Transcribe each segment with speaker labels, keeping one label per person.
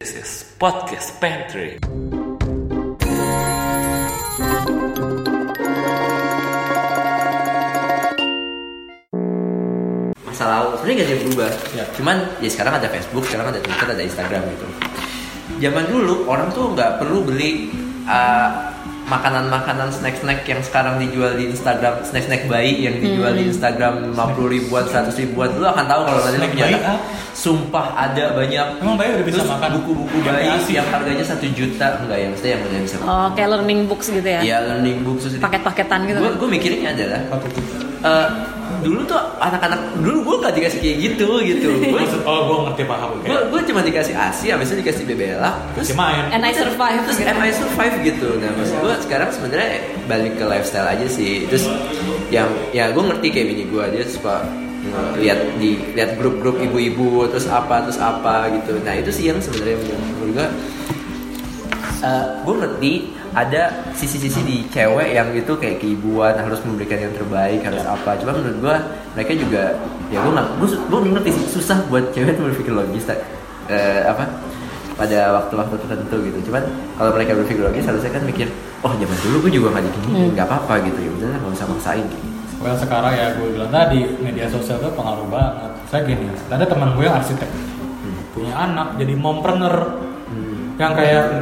Speaker 1: This is Podcast Pantry.
Speaker 2: masa lalu sebenarnya gak ada yang berubah
Speaker 3: Ya.
Speaker 2: cuman ya sekarang ada Facebook sekarang ada Twitter ada Instagram gitu zaman dulu orang tuh nggak perlu beli uh, makanan-makanan snack-snack yang sekarang dijual di Instagram snack-snack bayi yang dijual di Instagram 50 ribuan 100 ribuan lu akan tahu kalau tadi lu
Speaker 3: Snack
Speaker 2: punya
Speaker 3: bayi
Speaker 2: anak.
Speaker 3: apa?
Speaker 2: sumpah ada banyak
Speaker 3: Emang bayi udah bisa
Speaker 2: Terus
Speaker 3: makan?
Speaker 2: buku-buku
Speaker 3: Yang
Speaker 2: bayi
Speaker 3: berhasil.
Speaker 2: yang harganya satu juta enggak ya maksudnya yang udah bisa makan
Speaker 4: Oh, kayak learning books gitu ya?
Speaker 2: ya learning books terus-
Speaker 4: Paket-paketan gitu.
Speaker 2: Gua- gua mikirnya adalah
Speaker 3: Apa tuh?
Speaker 2: Eh, dulu tuh anak-anak dulu gue gak dikasih kayak gitu gitu gue
Speaker 3: Maksud, oh gue ngerti paham oke.
Speaker 2: gue cuma dikasih asi habis itu dikasih BBLA terus
Speaker 3: Masih main.
Speaker 4: And I survive.
Speaker 2: terus am I survive gitu nah maksud gue sekarang sebenarnya balik ke lifestyle aja sih terus yang ya gue ngerti kayak bini gue dia suka nge- lihat di lihat grup-grup ibu-ibu terus apa terus apa gitu nah itu sih yang sebenarnya menurut gue gue Eh, ngerti ada sisi-sisi di cewek yang itu kayak keibuan harus memberikan yang terbaik harus apa cuma menurut gue mereka juga ya gue nggak gue ngerti sih, susah buat cewek tuh berpikir logis tak- eh, apa pada waktu-waktu tertentu gitu cuman kalau mereka berpikir logis harusnya kan mikir oh zaman dulu gue juga nggak digini nggak apa-apa gitu ya udah nggak usah maksain
Speaker 3: Well sekarang ya gue bilang tadi media sosial tuh pengaruh banget. Saya gini, ada teman gue yang arsitek, punya anak jadi mompreneur, yang kayak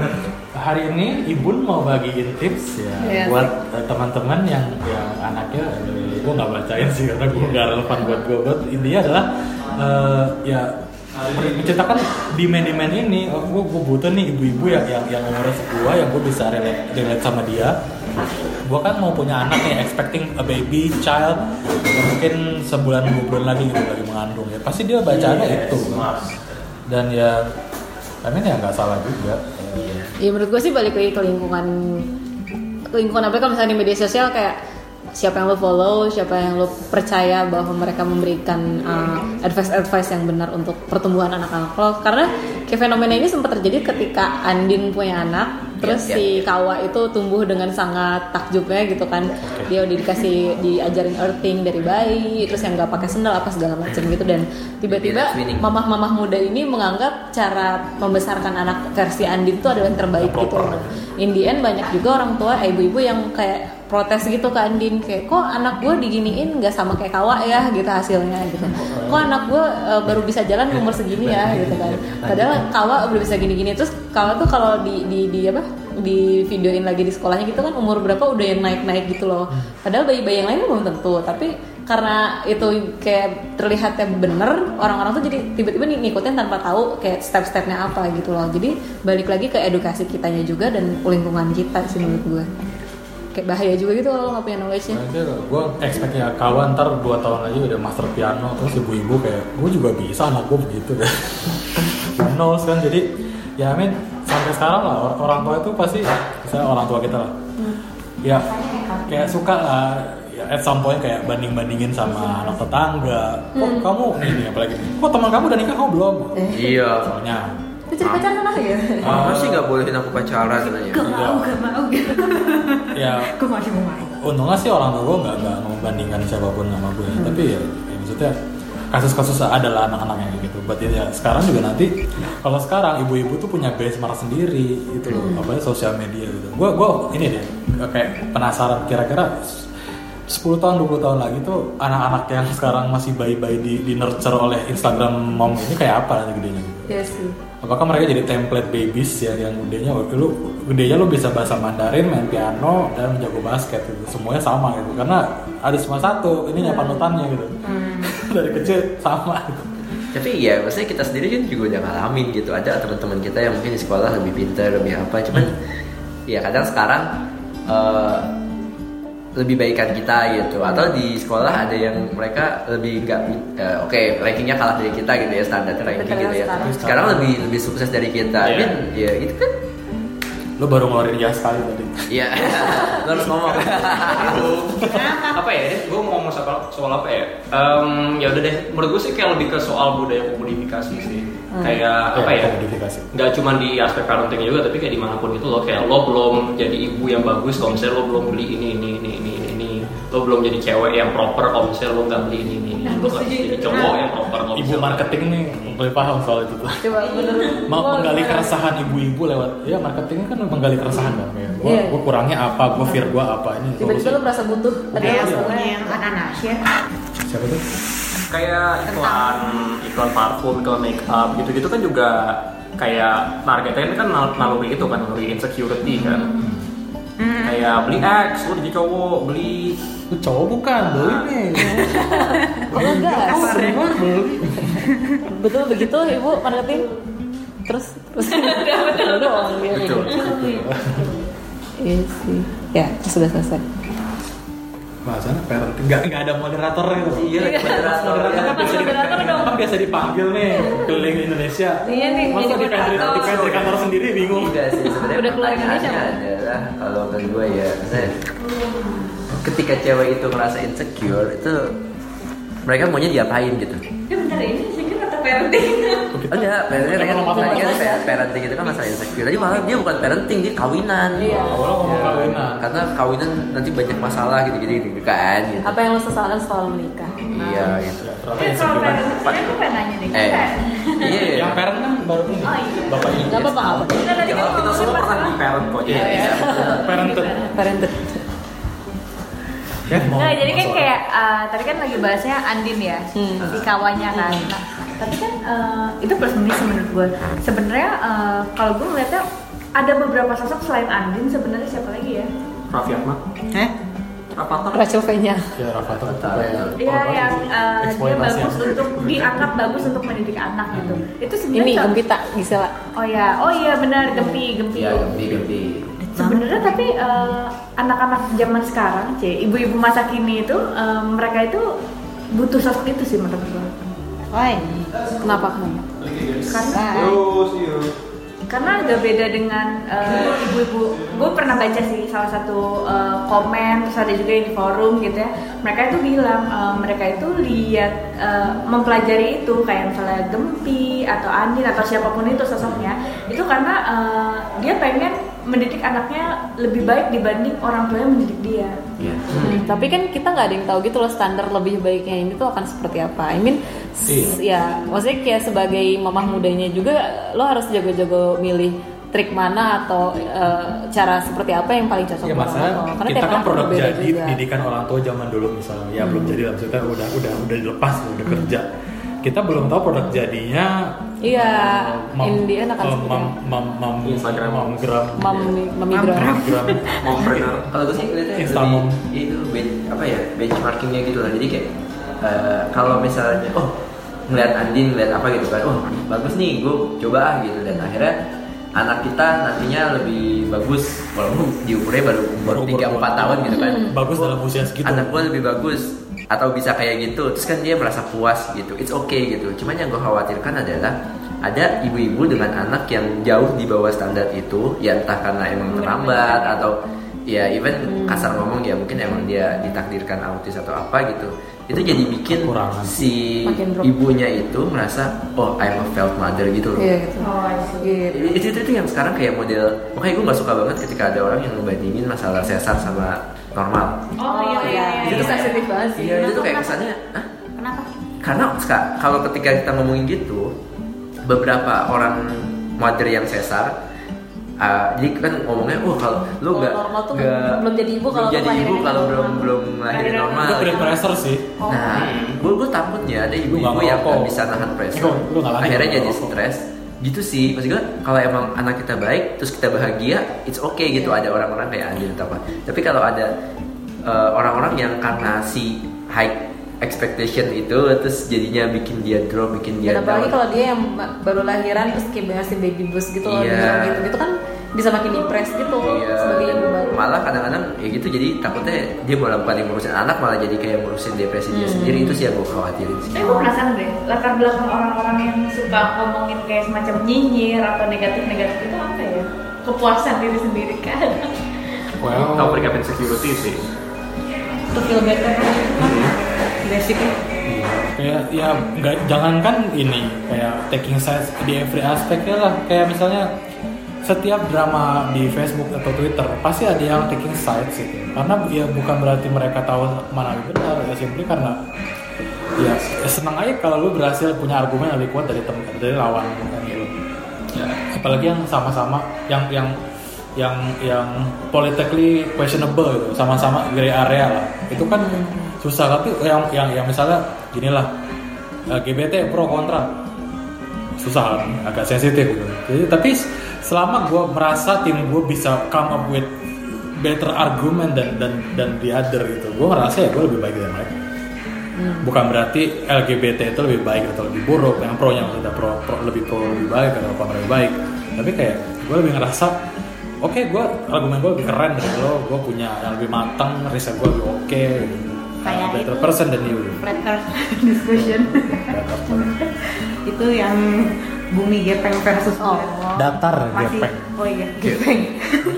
Speaker 3: hari ini Ibun mau bagiin tips ya
Speaker 4: Iya.
Speaker 3: buat eh, teman-teman yang yang anaknya eh, gue nggak bacain sih karena gue nggak relevan buat gue buat intinya adalah eh, ya menciptakan demand-demand ini oh, gue, gue butuh nih ibu-ibu yang yang yang umurnya gue yang gue bisa relate, relate sama dia gue kan mau punya anak nih expecting a baby child mungkin sebulan dua bulan lagi gitu lagi mengandung ya pasti dia bacaannya itu dan ya I mean ya nggak salah juga Eh,
Speaker 4: Ya menurut gue sih balik lagi ke lingkungan lingkungan apa ya? kalau misalnya di media sosial kayak siapa yang lo follow, siapa yang lo percaya bahwa mereka memberikan uh, advice-advice yang benar untuk pertumbuhan anak-anak lo. Karena kayak fenomena ini sempat terjadi ketika Andin punya anak, terus
Speaker 2: Iya,
Speaker 4: si
Speaker 2: iya, iya.
Speaker 4: Kawa itu tumbuh dengan sangat takjubnya gitu kan. Dia udah dikasih diajarin earthing dari bayi, terus yang nggak pakai sendal apa segala macam gitu dan
Speaker 2: Jadi,
Speaker 4: tiba-tiba
Speaker 2: winning.
Speaker 4: mamah-mamah muda ini menganggap cara membesarkan anak versi Andin itu adalah yang terbaik gitu.
Speaker 3: Proper.
Speaker 4: In the end banyak juga orang tua ibu-ibu yang kayak protes gitu ke Andin kayak kok anak gue diginiin nggak sama kayak kawa ya gitu hasilnya gitu. Kok anak gue baru bisa jalan umur segini ya gitu kan. Padahal kawa belum bisa gini-gini terus kawa tuh kalau di, di di apa di videoin lagi di sekolahnya gitu kan umur berapa udah yang naik-naik gitu loh. Padahal bayi-bayi yang lain belum tentu tapi karena itu kayak terlihatnya bener orang-orang tuh jadi tiba-tiba nih ngikutin tanpa tahu kayak step-stepnya apa gitu loh jadi balik lagi ke edukasi kitanya juga dan lingkungan kita sih menurut gue kayak bahaya juga gitu kalau lo nggak punya knowledge nya
Speaker 3: gue expect ya kawan ntar 2 tahun lagi udah master piano terus ibu-ibu kayak gue juga bisa anak gue begitu deh no kan jadi ya I mean, sampai sekarang lah or- orang tua itu pasti misalnya orang tua kita lah ya kayak suka lah ya, at some point kayak banding bandingin sama anak tetangga kok kamu ini apalagi nih kok teman kamu udah nikah kamu belum
Speaker 2: iya
Speaker 3: soalnya
Speaker 4: Lu cari pacar sana ya
Speaker 2: Apa sih nggak bolehin aku pacaran ya?
Speaker 4: gak
Speaker 3: mau,
Speaker 4: mau gak mau
Speaker 3: ya
Speaker 4: gue masih mau main
Speaker 3: untungnya sih orang tua gue nggak nggak ngebandingkan siapapun sama gue tapi ya, ya maksudnya kasus-kasus adalah anak-anak yang kayak gitu buat ya sekarang juga nanti kalau sekarang ibu-ibu tuh punya benchmark sendiri itu loh apalagi sosial media gitu gue gue ini deh kayak penasaran kira-kira 10 tahun 20 tahun lagi tuh anak-anak yang sekarang masih bayi-bayi di, di nurture oleh Instagram mom ini kayak apa nanti gedenya gitu
Speaker 4: ya sih
Speaker 3: apakah mereka jadi template babies ya yang gedenya waktu lu gedenya lu bisa bahasa Mandarin main piano dan jago basket gitu semuanya sama gitu karena ada semua satu ini nyapa panutannya gitu
Speaker 4: Hmm.
Speaker 3: dari kecil sama gitu.
Speaker 2: tapi ya maksudnya kita sendiri kan juga udah ngalamin gitu ada teman-teman kita yang mungkin di sekolah lebih pintar lebih apa cuman ya kadang sekarang eh, lebih baikan kita gitu atau di sekolah ada yang mereka lebih nggak eh, oke rankingnya kalah dari kita gitu ya standar ranking gitu ya
Speaker 4: sekarang.
Speaker 2: sekarang lebih lebih sukses dari kita
Speaker 3: Iya.
Speaker 2: Dan ya itu kan
Speaker 3: lu baru ngeluarin jas kali tadi
Speaker 2: ya lo harus ngomong
Speaker 5: apa ya gue mau ngomong soal, soal apa ya Em, ya udah deh menurut gue sih kayak lebih ke soal budaya komodifikasi sih
Speaker 6: Hmm.
Speaker 5: kayak
Speaker 3: Iya,
Speaker 5: apa ya
Speaker 3: komodifikasi
Speaker 5: nggak cuma di aspek parenting juga tapi kayak dimanapun itu loh kayak lo belum jadi ibu yang bagus kalau misalnya lo belum beli ini ini ini ini ini ini lo belum jadi cewek yang proper kalau misalnya lo nggak beli ini ini ini.
Speaker 6: Nah,
Speaker 5: lo
Speaker 6: gue
Speaker 5: nggak
Speaker 6: setuju
Speaker 5: jadi
Speaker 6: itu.
Speaker 5: cowok
Speaker 6: Nah.
Speaker 5: yang proper kalau
Speaker 3: Ibu
Speaker 5: misalnya-
Speaker 3: marketing nih lebih paham soal itu tuh.
Speaker 4: coba menurut
Speaker 3: Ma-
Speaker 4: gua
Speaker 3: menggali
Speaker 4: gimana?
Speaker 3: keresahan ibu-ibu lewat ya marketing kan menggali keresahan kan ya. Gua,
Speaker 4: Iya.
Speaker 3: gua kurangnya apa, gua fear gua apa ini.
Speaker 4: tiba-tiba lo
Speaker 3: solusi.
Speaker 4: merasa butuh
Speaker 6: Kayak
Speaker 4: padahal
Speaker 6: punya
Speaker 4: sebenarnya
Speaker 6: yang anak-anak ya.
Speaker 3: siapa tuh?
Speaker 5: kayak iklan iklan parfum iklan make up gitu gitu kan juga kayak targetnya kan nal- naluri itu kan naluri insecurity kan
Speaker 6: Hmm.
Speaker 5: kayak beli X lu jadi cowok beli
Speaker 3: Lu cowok bukan, beli nih.
Speaker 4: Iya. oh gas
Speaker 3: beli.
Speaker 4: betul begitu ibu marketing terus terus betul dong dia kayak
Speaker 5: Betul.
Speaker 4: gitu. iya sih ya sudah selesai
Speaker 3: Bahasanya parenting nggak nggak ada gitu. moderatornya tuh.
Speaker 2: Iya, moderator.
Speaker 3: Moderator kan
Speaker 4: Iya. Moderator dong.
Speaker 3: Kan biasa dipanggil nih keliling Indonesia.
Speaker 4: Iya nih,
Speaker 3: Masa
Speaker 4: jadi
Speaker 3: di pantry
Speaker 4: moderator.
Speaker 3: di pantry kantor sendiri bingung.
Speaker 6: Iya.
Speaker 2: Enggak sih sebenarnya
Speaker 4: Udah keluar Indonesia,
Speaker 2: pertanyaannya adalah kalau ke gue ya maksudnya ketika cewek itu merasa insecure itu mereka maunya diapain gitu
Speaker 6: Ini bentar ini insecure atau parenting?
Speaker 2: enggak parenting kan
Speaker 3: Emang
Speaker 2: tadi kan
Speaker 4: apa-apa.
Speaker 2: pa- parenting itu kan masalah insecure tadi malah dia bukan parenting dia kawinan
Speaker 4: Iya.
Speaker 3: Kalau ngomong
Speaker 2: Ya,
Speaker 3: kawinan.
Speaker 2: karena kawinan nanti banyak masalah gitu gitu gitu kan gitu
Speaker 4: apa yang lo sesalkan soal menikah
Speaker 2: iya gitu
Speaker 3: Ternyata
Speaker 6: Eh, Soal
Speaker 3: insecure.
Speaker 6: parenting, sebenarnya aku pengen nanya nih.
Speaker 2: eh
Speaker 6: kan?
Speaker 2: iya
Speaker 3: Yang parent kan baru nih.
Speaker 6: Oh, iya.
Speaker 3: Bapaknya.
Speaker 4: nggak apa-apa nggak apa-apa
Speaker 6: Kita tadi
Speaker 5: ya
Speaker 6: kan
Speaker 5: kita semua
Speaker 6: ngomongin
Speaker 5: pernah di
Speaker 6: masalah-
Speaker 5: parent kok jadi
Speaker 3: Parented.
Speaker 4: parented
Speaker 3: Ya, mau-
Speaker 6: Nggak, jadi kan
Speaker 3: mau soal-
Speaker 6: kayak eh, tadi kan lagi bahasnya Andin ya,
Speaker 4: Hmm.
Speaker 6: si kawannya kan. Nah, tapi kan eh, itu plus minus sih menurut gue. Sebenarnya eh, kalau gue melihatnya ada beberapa sosok selain Andin sebenarnya siapa lagi ya?
Speaker 5: Raffi Ahmad
Speaker 6: Heh?
Speaker 5: Rafathar
Speaker 4: Rachel V nya
Speaker 3: Ya Rafathar itu kayak
Speaker 6: Iya
Speaker 3: korban
Speaker 6: yang eh, dia
Speaker 3: eksploitasi
Speaker 6: bagus
Speaker 3: anak.
Speaker 6: untuk diangkat bagus untuk mendidik anak gitu. Itu
Speaker 4: ini
Speaker 6: sebenarnya
Speaker 4: gempita Gisela
Speaker 6: Oh ya, oh iya benar gempi gempi.
Speaker 2: iya gempi gempi
Speaker 6: Sebenarnya tapi eh, anak-anak zaman sekarang, c, ibu-ibu masa kini itu eh, mereka itu butuh sosok itu sih menurut gue.
Speaker 4: Why? kenapa kenapa
Speaker 6: Karena karena agak beda dengan eh, ibu-ibu gue pernah baca sih salah satu eh, komen terus ada juga yang di forum gitu ya mereka itu bilang eh, mereka itu lihat eh, mempelajari itu kayak misalnya Gempi atau Andin atau siapapun itu sosoknya itu karena eh, dia pengen mendidik anaknya lebih baik dibanding orang tuanya mendidik dia
Speaker 2: iya
Speaker 4: Hmm, tapi kan kita nggak ada yang tahu gitu loh standar lebih baiknya ini tuh akan seperti apa. I mean,
Speaker 3: Iya.
Speaker 4: s- ya maksudnya kayak sebagai mamah mudanya juga lo harus jago-jago milih trik mana atau eh, cara seperti apa yang paling cocok
Speaker 3: Iya
Speaker 4: buat
Speaker 3: masalah
Speaker 4: lo. Karena
Speaker 3: kita
Speaker 4: tiap
Speaker 3: kan
Speaker 4: orang
Speaker 3: produk
Speaker 4: berbeda
Speaker 3: jadi
Speaker 4: juga. Hmm.
Speaker 3: pendidikan orang tua zaman dulu misalnya ya belum jadi lah maksudnya udah udah udah dilepas udah kerja kita belum tahu produk jadinya
Speaker 4: Iya,
Speaker 3: eh, mem-
Speaker 4: in the end akan
Speaker 3: eh,
Speaker 4: seperti
Speaker 3: mem- mem- mem-
Speaker 5: Instagram.
Speaker 3: memgram Iya.
Speaker 4: Mem- memigro.
Speaker 3: memgram
Speaker 5: Mompreneur
Speaker 2: kalau gue sih ngeliatnya
Speaker 3: Instamom.
Speaker 2: lebih itu ben- apa ya benchmarkingnya gitu lah jadi kayak eh, kalau misalnya oh ngeliat Andin ngeliat apa gitu kan oh bagus nih gue coba ah gitu dan akhirnya anak kita nantinya lebih bagus walaupun di umurnya baru umur
Speaker 3: Umur
Speaker 2: tiga
Speaker 3: dua.
Speaker 2: empat tahun gitu kan
Speaker 3: bagus dalam usia segitu
Speaker 4: Gitu.
Speaker 2: anak gue lebih bagus atau bisa kayak gitu terus kan dia merasa puas gitu it's okay gitu cuman yang gue khawatirkan adalah ada ibu-ibu dengan anak yang jauh di bawah standar itu ya entah karena
Speaker 4: Iya,
Speaker 2: emang terlambat atau ya
Speaker 4: Hmm.
Speaker 2: even kasar ngomong ya mungkin emang dia ditakdirkan autis atau apa gitu itu jadi bikin
Speaker 3: Kekurangan.
Speaker 2: si
Speaker 4: Makin drop.
Speaker 2: ibunya itu merasa oh I'm a failed mother gitu loh
Speaker 4: Iya gitu.
Speaker 6: oh
Speaker 4: Iya.
Speaker 2: itu, itu, itu yang sekarang kayak model makanya gue gak suka banget ketika ada orang yang ngebandingin masalah sesar sama normal
Speaker 6: oh iya iya, iya,
Speaker 4: Itu
Speaker 6: iya.
Speaker 4: sensitif banget sih.
Speaker 2: Iya, itu tuh kayak kesannya, "Hah?
Speaker 6: kenapa
Speaker 2: karena Ska, kalau ketika kita ngomongin gitu, beberapa orang mother yang sesar, uh, jadi kan ngomongnya, oh kalau lu
Speaker 4: Kalau
Speaker 2: nggak
Speaker 4: normal tuh
Speaker 2: nggak-
Speaker 4: belum- belum jadi ibu kalau kan.
Speaker 2: belum jadi
Speaker 4: lu
Speaker 2: ibu
Speaker 4: lahirin
Speaker 2: kalau
Speaker 4: anak
Speaker 2: belum
Speaker 4: normal."
Speaker 2: belum lahirin
Speaker 6: Lahirin
Speaker 2: normal.
Speaker 6: anak
Speaker 3: itu
Speaker 4: kan.
Speaker 3: peer pressure sih
Speaker 4: Oh,
Speaker 2: Nah,
Speaker 4: iya.
Speaker 2: gue gue takutnya ada
Speaker 3: Lu
Speaker 2: ibu-ibu
Speaker 3: nggak
Speaker 2: yang nggak
Speaker 3: ngerokok.
Speaker 2: bisa nahan pressure,
Speaker 3: Lu- lu nggak lari,
Speaker 2: akhirnya
Speaker 3: lu nggak
Speaker 2: jadi
Speaker 3: ngerokok.
Speaker 2: stres. Gitu sih, maksud gue kalau emang anak kita baik, terus kita bahagia, it's okay gitu. Ada orang-orang kayak Andin atau apa. Tapi kalau ada eh, orang-orang yang karena si high expectation itu, terus jadinya bikin dia drop,
Speaker 3: Iya,
Speaker 2: bikin dia
Speaker 4: Dan apalagi
Speaker 2: down.
Speaker 4: kalau dia yang ma- baru lahiran terus kayak ngasih baby blues gitu loh,
Speaker 2: Iya.
Speaker 4: gitu gitu kan bisa makin depres gitu
Speaker 2: Iya,
Speaker 4: sebagai ibu baru.
Speaker 2: malah kadang-kadang ya gitu jadi takutnya dia malah bukan yang ngurusin anak malah jadi kayak ngurusin depresi dia
Speaker 4: Hmm.
Speaker 2: sendiri itu sih yang gue khawatirin sih.
Speaker 6: Tapi gue penasaran deh, latar belakang orang-orang yang suka ngomongin kayak semacam nyinyir atau negatif-negatif itu apa ya? Kepuasan diri sendiri kan?
Speaker 3: well
Speaker 5: tau peringkat insecurity sih
Speaker 4: Untuk feel better kan
Speaker 3: iya.
Speaker 4: basicnya.
Speaker 3: kayak ya nggak jangankan ini kayak taking sides di every aspeknya lah kayak ya misalnya setiap drama di Facebook atau Twitter pasti ada yang taking sides gitu karena ya bukan berarti mereka tahu mana yang benar ya simply karena ya ya senang aja kalau lu berhasil punya argumen yang lebih kuat dari teman dari lawan bukan gitu apalagi yang sama-sama yang yang yang yang politically questionable gitu sama-sama gray area lah itu kan susah tapi yang yang yang misalnya ginilah eh, GBT pro kontra susah kan, agak sensitif gitu. Jadi tapi selama gue merasa tim gue bisa come up with better argument dan dan dan the other gitu, gue merasa ya gue lebih baik dari mereka.
Speaker 7: Hmm.
Speaker 3: Bukan berarti LGBT itu lebih baik atau lebih buruk, yang pro nya maksudnya pro, pro lebih pro lebih baik atau kontra lebih baik. Tapi kayak gue lebih ngerasa oke gue argumen gue lebih keren dari lo, gue punya yang lebih matang, riset gue lebih oke. gitu.
Speaker 7: Kayak
Speaker 3: I'm a better
Speaker 7: itu.
Speaker 3: person than you. gitu.
Speaker 7: Flat Earth discussion
Speaker 3: Better person.
Speaker 7: itu yang bumi gepeng versus
Speaker 6: Oh.
Speaker 7: Allah.
Speaker 3: Datar
Speaker 7: Masih-
Speaker 3: gepeng.
Speaker 7: Oh iya gepeng.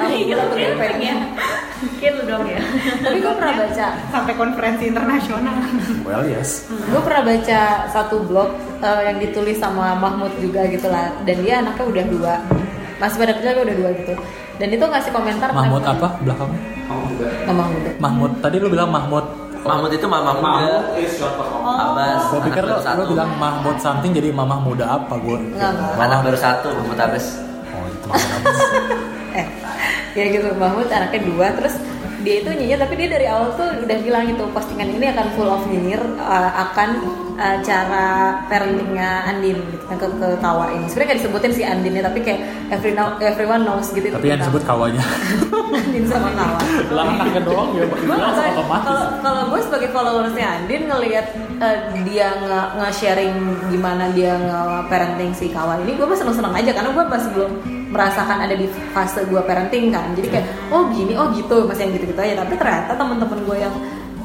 Speaker 7: Tapi kita tuh gepeng ya.
Speaker 6: Mungkin lu dong ya.
Speaker 4: tapi gue pernah baca
Speaker 7: Sampai konferensi internasional.
Speaker 3: Well yes.
Speaker 4: gue pernah baca satu blog eh, yang ditulis sama Mahmud juga gitu lah dan dia anaknya udah dua masih pada kecil dia udah dua gitu dan itu ngasih komentar
Speaker 3: Mahmud
Speaker 4: tentang-
Speaker 3: apa belakangnya?
Speaker 4: Oh, Mahmud
Speaker 3: Mahmud. Tadi lu bilang Mahmud.
Speaker 2: Mahmud itu mama muda, Oh. Abbas.
Speaker 3: Gua
Speaker 2: anak
Speaker 3: pikir lu,
Speaker 2: baru satu.
Speaker 3: lu bilang Mahmud something jadi mamah muda apa gua.
Speaker 4: Enggak, enggak.
Speaker 2: Anak baru satu, Mahmud Abbas.
Speaker 3: Oh, itu Mahmud Abbas.
Speaker 4: eh ya gitu Mahmud anaknya dua terus dia itu nyinyir tapi dia dari awal tuh udah bilang itu postingan ini akan full of nyinyir uh, akan uh, cara parentingnya Andin gitu yang ke ketawain sebenarnya nggak disebutin si Andinnya tapi kayak every now- everyone knows gitu
Speaker 3: Tapi yang disebut kawanya.
Speaker 4: Andin sama kawan
Speaker 3: Bilang anaknya doang ya, makin
Speaker 4: gue
Speaker 3: bilang otomatis.
Speaker 4: kalau kalau gue sebagai followersnya Andin ngelihat eh, dia nge- nge-sharing gimana dia nge-parenting si kawan ini gue masih seneng-seneng aja karena gue masih belum merasakan ada di fase gue parenting kan jadi kayak oh gini oh gitu masih yang gitu-gitu aja tapi ternyata temen-temen gue yang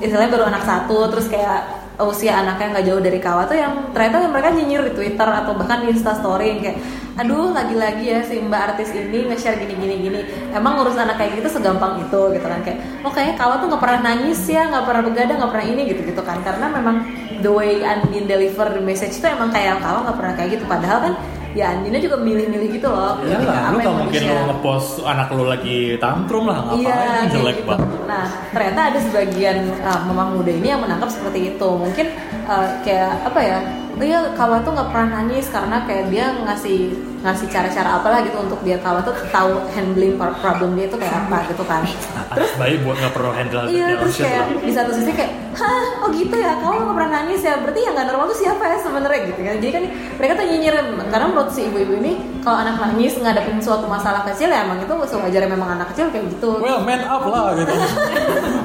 Speaker 4: istilahnya baru anak satu terus kayak usia anaknya nggak jauh dari kawa tuh yang ternyata mereka nyinyir di Twitter atau bahkan di Instastory yang kayak aduh lagi-lagi ya si mbak artis ini nge-share gini-gini gini emang ngurus anak kayak gitu segampang itu gitu kan kayak lo kayaknya kawa tuh nggak pernah nangis ya nggak pernah begadang nggak pernah ini gitu gitu kan karena memang the way Andin deliver the message tuh emang kayak kawa nggak pernah kayak gitu padahal kan ya Andinnya juga milih-milih gitu loh
Speaker 3: Iya
Speaker 4: ketika
Speaker 3: lah,
Speaker 4: apa
Speaker 3: lu
Speaker 4: yang
Speaker 3: gak
Speaker 4: mau
Speaker 3: mungkin lu
Speaker 4: di-share.
Speaker 3: ngepost anak lu lagi tantrum lah, ngapain
Speaker 4: kayak
Speaker 3: jelek
Speaker 4: gitu.
Speaker 3: banget.
Speaker 4: Nah, ternyata ada sebagian uh, memang muda ini yang menangkap seperti itu. Mungkin uh, kayak apa ya? Iya, kawan tuh nggak pernah nangis karena kayak dia ngasih ngasih cara-cara apalah gitu untuk biar kawan tuh tahu handling par- problem dia itu kayak apa gitu kan.
Speaker 3: Terus baik buat nggak perlu handle the
Speaker 4: Iya, terus
Speaker 3: shit
Speaker 4: kayak
Speaker 3: lah.
Speaker 4: di satu sisi kayak, hah, oh gitu ya, kamu nggak pernah nangis ya, berarti yang nggak normal tuh siapa ya sebenarnya gitu kan? Jadi kan mereka tuh nyinyir karena menurut si ibu-ibu ini kalau anak nangis ngadepin suatu masalah kecil ya emang itu sewajarnya memang anak kecil kayak gitu.
Speaker 3: Well, man up lah gitu.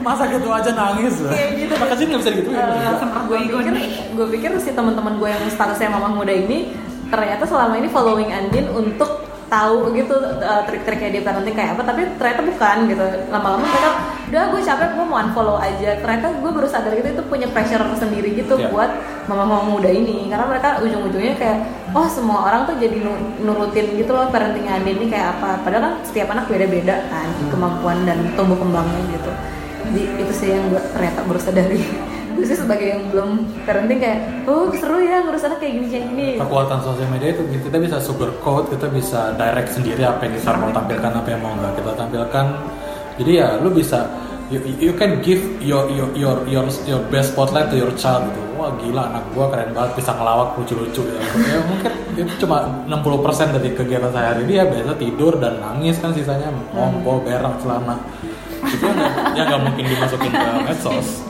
Speaker 3: Masa gitu aja nangis lah.
Speaker 4: Kayak gitu. Eh,
Speaker 3: Makasih nggak bisa gitu ya.
Speaker 4: gue pikir gue pikir si teman-teman gue yang statusnya mamah muda ini ternyata selama ini following Andin untuk tahu gitu uh, trik-triknya dia parenting kayak apa tapi ternyata bukan gitu lama-lama mereka udah gue capek gue mau unfollow aja ternyata gue baru sadar gitu itu punya pressure tersendiri gitu
Speaker 3: Iya.
Speaker 4: buat mama-mama muda ini karena mereka ujung-ujungnya kayak oh semua orang tuh jadi nu- nurutin gitu loh parenting Andin ini kayak apa padahal kan setiap anak beda-beda kan kemampuan dan tumbuh kembangnya gitu jadi itu sih yang gue ternyata baru sadari gue sih sebagai yang belum parenting kayak oh seru ya ngurus anak kayak gini kayak gini
Speaker 3: kekuatan sosial media itu kita bisa sugarcoat, kita bisa direct sendiri apa yang kita mau tampilkan, apa yang mau nggak kita tampilkan. Jadi ya lu bisa you, you can give your your your your your best spotlight to your child gitu. Wah gila anak gua keren banget bisa ngelawak lucu-lucu gitu. Ya mungkin itu cuma 60% dari kegiatan saya hari ini ya biasa tidur dan nangis kan sisanya ngompo, berak, celana. Itu yang ya nggak mungkin dimasukin ke medsos.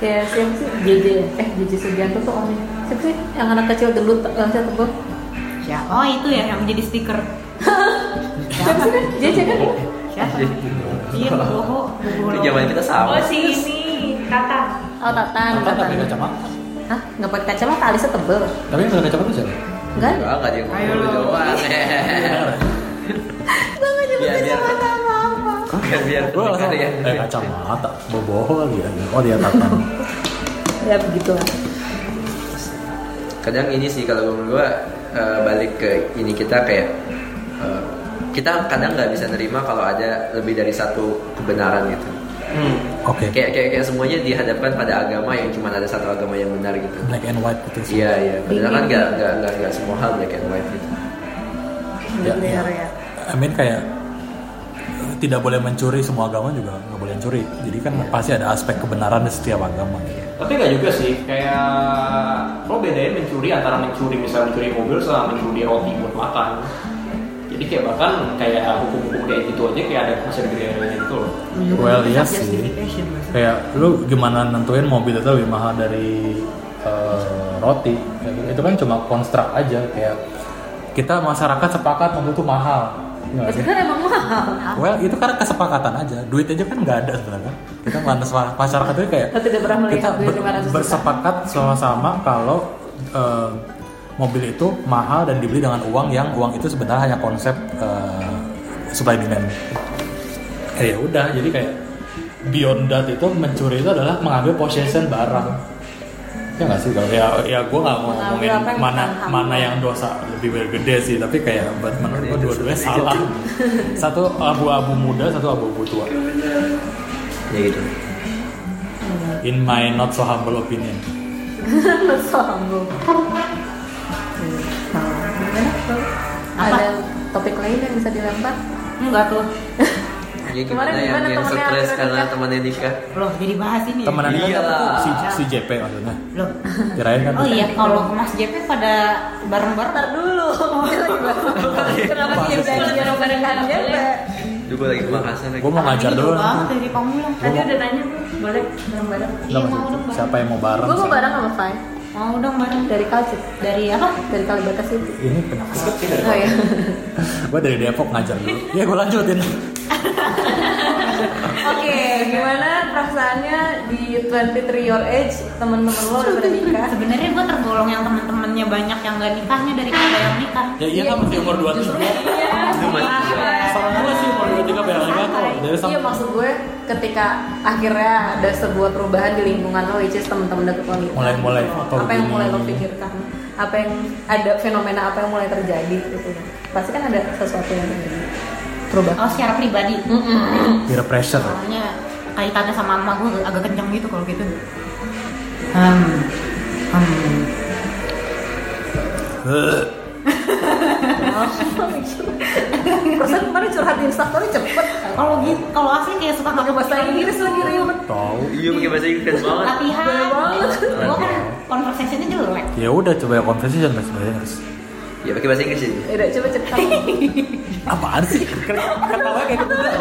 Speaker 4: kayak siapa sih JJ eh JJ Sugianto tuh orangnya siapa sih yang anak kecil gendut eh, siapa tebal
Speaker 7: Ya, oh itu ya yang menjadi stiker.
Speaker 4: siapa sih kan JJ kan
Speaker 7: Siapa? Iya, boho,
Speaker 2: Itu
Speaker 7: boho.
Speaker 2: zaman kita sama.
Speaker 6: Oh si ini kata
Speaker 4: oh Tatan
Speaker 3: Kan tapi
Speaker 4: Tatan
Speaker 3: kacamata.
Speaker 4: Hah? Nggak pakai kacamata, alisnya tebel.
Speaker 3: Tapi yang pakai kacamata siapa?
Speaker 4: Enggak ada.
Speaker 2: Enggak, enggak dia
Speaker 7: Ayo
Speaker 2: ngomong
Speaker 7: lu.
Speaker 2: doang.
Speaker 4: Bang, aja
Speaker 2: Iya,
Speaker 4: pakai
Speaker 2: biar-
Speaker 4: kacamata sama apa?
Speaker 2: Biar biar
Speaker 3: Gue langsung
Speaker 2: ya.
Speaker 3: eh kacamata, boboho lagi aja. Oh dia tatang.
Speaker 4: Ya begitu lah.
Speaker 2: kadang ini sih kalau menurut gua eh, balik ke ini kita kayak eh, kita kadang nggak bisa nerima kalau ada lebih dari satu kebenaran gitu
Speaker 5: Hmm.
Speaker 3: Oke.
Speaker 2: kayak kayak, kayak semuanya dihadapkan pada agama yang cuma ada satu agama yang benar gitu
Speaker 3: Black and white gitu sih.
Speaker 2: iya iya padahal kan nggak nggak nggak nggak semua hal black and white gitu
Speaker 3: Ya,
Speaker 4: Bener ya.
Speaker 3: Eh, I mean kayak eh, tidak boleh mencuri semua agama juga nggak boleh mencuri jadi kan pasti ada aspek kebenaran di setiap agama
Speaker 5: Tapi nggak juga sih, kayak lo bedain mencuri antara mencuri misalnya mencuri mobil sama mencuri roti buat makan. Jadi kayak bahkan kayak hukum-hukum kayak gitu aja kayak ada masih ada gradenya gitu loh.
Speaker 3: well iya sih
Speaker 7: Justification maksudnya.
Speaker 3: kayak lu gimana nentuin mobil itu lebih mahal dari eh, roti Ya, itu kan cuma konstruk aja kayak kita masyarakat sepakat mobil itu mahal Nggak ada.
Speaker 4: Sekarang emang mahal.
Speaker 3: Well, itu karena kesepakatan aja. Duit aja kan nggak ada sebenarnya. Kita lantas masyarakat itu kayak
Speaker 4: Kita tidak pernah melihat
Speaker 3: kita
Speaker 4: duit
Speaker 3: ber-
Speaker 4: 500 juta.
Speaker 3: bersepakat sama-sama kalau eh, mobil itu mahal dan dibeli dengan uang yang uang itu sebenarnya hanya konsep eh, supply demand. Eh, ya udah, jadi kayak beyond that itu mencuri itu adalah mengambil possession barang. Ya nggak sih kalau ya ya gue nggak mau
Speaker 4: Mengambil
Speaker 3: ngomongin
Speaker 4: apa yang
Speaker 3: mana
Speaker 4: bukan kamu.
Speaker 3: mana yang dosa lebih gede sih tapi kayak buat menurut gue dua-duanya salah satu abu-abu muda satu abu-abu tua
Speaker 2: ya gitu
Speaker 3: in my not so humble opinion
Speaker 4: Sombong. Ada topik lain yang bisa dilempar?
Speaker 7: Enggak tuh.
Speaker 2: ya gimana yang
Speaker 4: Kemarin
Speaker 2: yang
Speaker 4: Iya, gimana
Speaker 2: stres
Speaker 4: temennya akhirnya
Speaker 2: karena
Speaker 4: nikah?
Speaker 2: temannya nikah
Speaker 7: Loh, jadi bahas ini. ya?
Speaker 3: temenan ini kan
Speaker 2: Iya.
Speaker 3: satu, si, si JP maksudnya
Speaker 7: Loh.
Speaker 3: kirain kan
Speaker 7: Oh iya, kalau ke Mas JP pada bareng-bareng Ntar dulu.
Speaker 4: gitu?
Speaker 7: Kenapa sih
Speaker 3: Pantes.
Speaker 7: janjian barengan JP?
Speaker 2: juga lagi ke Makassar lagi
Speaker 3: gue mau ngajar dulu
Speaker 7: Bang,
Speaker 3: nanti
Speaker 7: dari kamu bilang
Speaker 6: Tadi udah nanya tuh, boleh bareng-bareng.
Speaker 3: Nggak maksud- siapa yang mau bareng
Speaker 4: Gue mau
Speaker 3: sih?
Speaker 4: bareng sama Fai
Speaker 7: mau dong bareng
Speaker 4: dari Kalcit,
Speaker 7: dari apa?
Speaker 4: dari Kalibata City.
Speaker 3: ini kenapa
Speaker 4: Oh iya.
Speaker 3: gue dari Depok ngajar dulu ya gue lanjutin
Speaker 4: Oke, gimana perasaannya di 23 your age teman-teman lo udah pada nikah?
Speaker 7: Sebenarnya gue tergolong yang teman-temannya banyak yang gak nikahnya daripada yang nikah. Iya,
Speaker 3: ya iya kan masih umur 23 sama gue sih umur 23 beda lagi kan dari sama
Speaker 4: Iya maksud gue ketika akhirnya ada sebuah perubahan di lingkungan lo, which is teman-teman deket lo nikah.
Speaker 3: Mulai-mulai, apa
Speaker 4: apa yang
Speaker 3: begini?
Speaker 4: mulai lo pikirkan? Apa yang ada fenomena apa yang mulai terjadi gitu? Pasti kan ada sesuatu yang terjadi. Perubahan.
Speaker 7: Oh secara pribadi.
Speaker 3: peer pressure
Speaker 7: Soalnya kaitannya sama emak gue agak kenceng gitu kalau gitu. Hmm. Hmm.
Speaker 3: Eh,
Speaker 4: Persen kemarin curhat di Instastory cepet.
Speaker 7: Kalau gitu, kalau asli kayak suka
Speaker 4: Pakai bahasa Inggris lagi ribet.
Speaker 3: tahu
Speaker 2: iya pakai bahasa Inggris banget
Speaker 7: latihan.
Speaker 4: banget.
Speaker 7: Gue kan conversationnya jelek.
Speaker 3: ya udah coba konversi jangan bahasa Inggris
Speaker 2: ya pakai bahasa Inggris sih
Speaker 4: Ya udah, coba cerita.
Speaker 3: apaan sih ketawa kayak kuda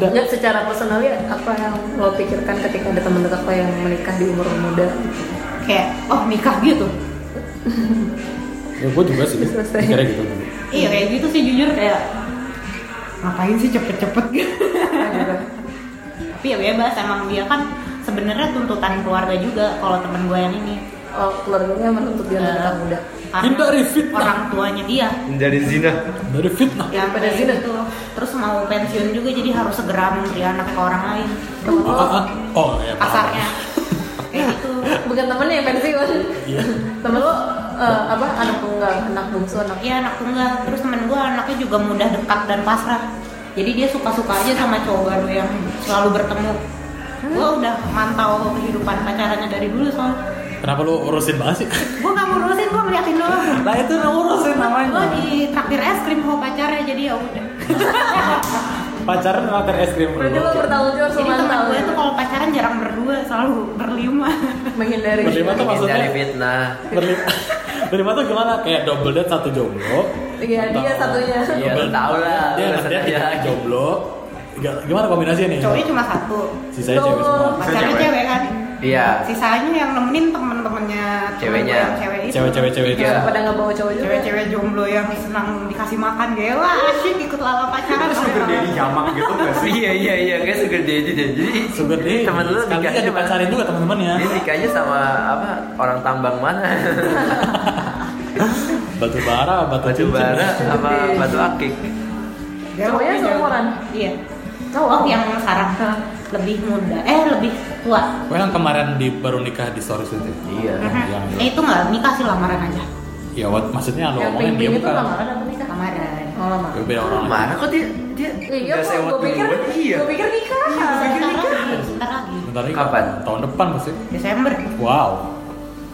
Speaker 4: Enggak secara personalnya apa yang lo pikirkan ketika ada teman dekat lo yang menikah di umur muda?
Speaker 7: Kayak oh nikah gitu.
Speaker 3: ya gue juga sih
Speaker 4: Selesai.
Speaker 3: kira gitu
Speaker 7: Iya kayak gitu sih jujur kayak ngapain sih cepet-cepet gitu. Tapi ya bebas emang dia kan sebenarnya tuntutan keluarga juga kalau temen gue yang ini.
Speaker 4: Oh, keluarganya menuntut dia menikah
Speaker 7: Eh,
Speaker 4: muda.
Speaker 7: karena
Speaker 3: Hindari fitnah.
Speaker 7: Orang tuanya dia
Speaker 2: dari zina
Speaker 3: dari fitnah
Speaker 7: yang
Speaker 4: Pada
Speaker 7: pada
Speaker 4: zina.
Speaker 7: gitu. Terus mau pensiun juga jadi harus segera memberi anak ke orang lain.
Speaker 3: oh, ah, ah. oh ya
Speaker 7: Kasarnya. kayak gitu.
Speaker 4: Bukan temennya yang pensiun.
Speaker 3: Iya.
Speaker 4: Temen lo eh, apa anak tunggal, anak bungsu, anak
Speaker 7: Iya anak tunggal. Terus temen gue anaknya juga mudah dekat dan pasrah. Jadi dia suka-suka aja sama cowok baru yang selalu bertemu. Gue udah mantau kehidupan pacarannya dari dulu soalnya.
Speaker 3: kenapa lu urusin banget sih
Speaker 7: Gue gak ngurusin, gue ngeliatin doang.
Speaker 3: lah Nah, itu urusin
Speaker 7: Gue di traktir es krim sama pacarnya jadi ya udah.
Speaker 3: pacaran latar es krim
Speaker 4: Berarti lo bertanggung jawab
Speaker 7: Jadi
Speaker 4: sama
Speaker 7: teman
Speaker 4: tahun
Speaker 7: gue tuh kalau pacaran jarang berdua, selalu berlima.
Speaker 4: menghindari.
Speaker 3: berlima tuh maksudnya
Speaker 2: dari fitnah
Speaker 3: berlima berlima tuh gimana kayak double date satu jomblo
Speaker 4: Iya, dia satunya.
Speaker 2: Iya, lu tahu lah,
Speaker 3: dia
Speaker 2: lu
Speaker 3: dia
Speaker 2: senang
Speaker 3: tiga
Speaker 2: aja.
Speaker 3: jomblo Tiga- gimana kombinasinya nih
Speaker 7: Cowoknya cuma satu,
Speaker 3: sisanya cewek semua
Speaker 7: pacarnya
Speaker 2: Iya. Cewek.
Speaker 7: cewek kan.
Speaker 2: iya
Speaker 7: Sisanya yang nemenin temen-temennya temen
Speaker 2: Ceweknya.
Speaker 7: gue yang cewek itu.
Speaker 3: cewek-cewek cewek itu
Speaker 2: Iya.
Speaker 4: Pada nggak bawa cowok juga.
Speaker 7: Cewek-cewek jomblo yang senang dikasih makan gila asyik ikut lala pacaran.
Speaker 5: nyamak gitu nggak
Speaker 2: iya iya iya kayak sugar daddy deh jadi
Speaker 3: sugar daddy
Speaker 2: temen lu
Speaker 3: Sekalian
Speaker 2: nikahnya sama-
Speaker 3: dipacarin juga teman-temannya
Speaker 2: dia nikahnya sama apa orang tambang mana
Speaker 3: batu bara batu,
Speaker 2: batu
Speaker 3: cincin.
Speaker 2: bara sama batu akik
Speaker 4: Cowoknya
Speaker 7: Cowoknya
Speaker 4: seumuran?
Speaker 7: Iya.
Speaker 4: Cowok.
Speaker 7: Cowok yang sekarang lebih muda, eh lebih tua.
Speaker 3: Gue yang kemarin di baru nikah di ya? stories itu.
Speaker 2: iya
Speaker 3: yang-
Speaker 7: Eh, itu nggak nikah sih lamaran aja.
Speaker 3: Ya what, maksudnya lu kan?
Speaker 4: Yang
Speaker 3: ngomongin dia
Speaker 4: pink-pink itu
Speaker 2: kan.
Speaker 3: bukan.
Speaker 4: lamaran apa nikah?
Speaker 7: Lamaran.
Speaker 4: Oh, lamaran.
Speaker 3: Gue beda orang. lain.
Speaker 2: marah kok dia dia
Speaker 4: Iya,
Speaker 2: nggak sewot
Speaker 4: gue pikir,
Speaker 2: duluan iya
Speaker 4: gue pikir nikah.
Speaker 7: Sebentar lagi, sebentar lagi.
Speaker 3: Bentar lagi
Speaker 2: Kapan?
Speaker 3: Tahun depan pasti.
Speaker 7: Desember.
Speaker 3: Wow.
Speaker 4: Hmm.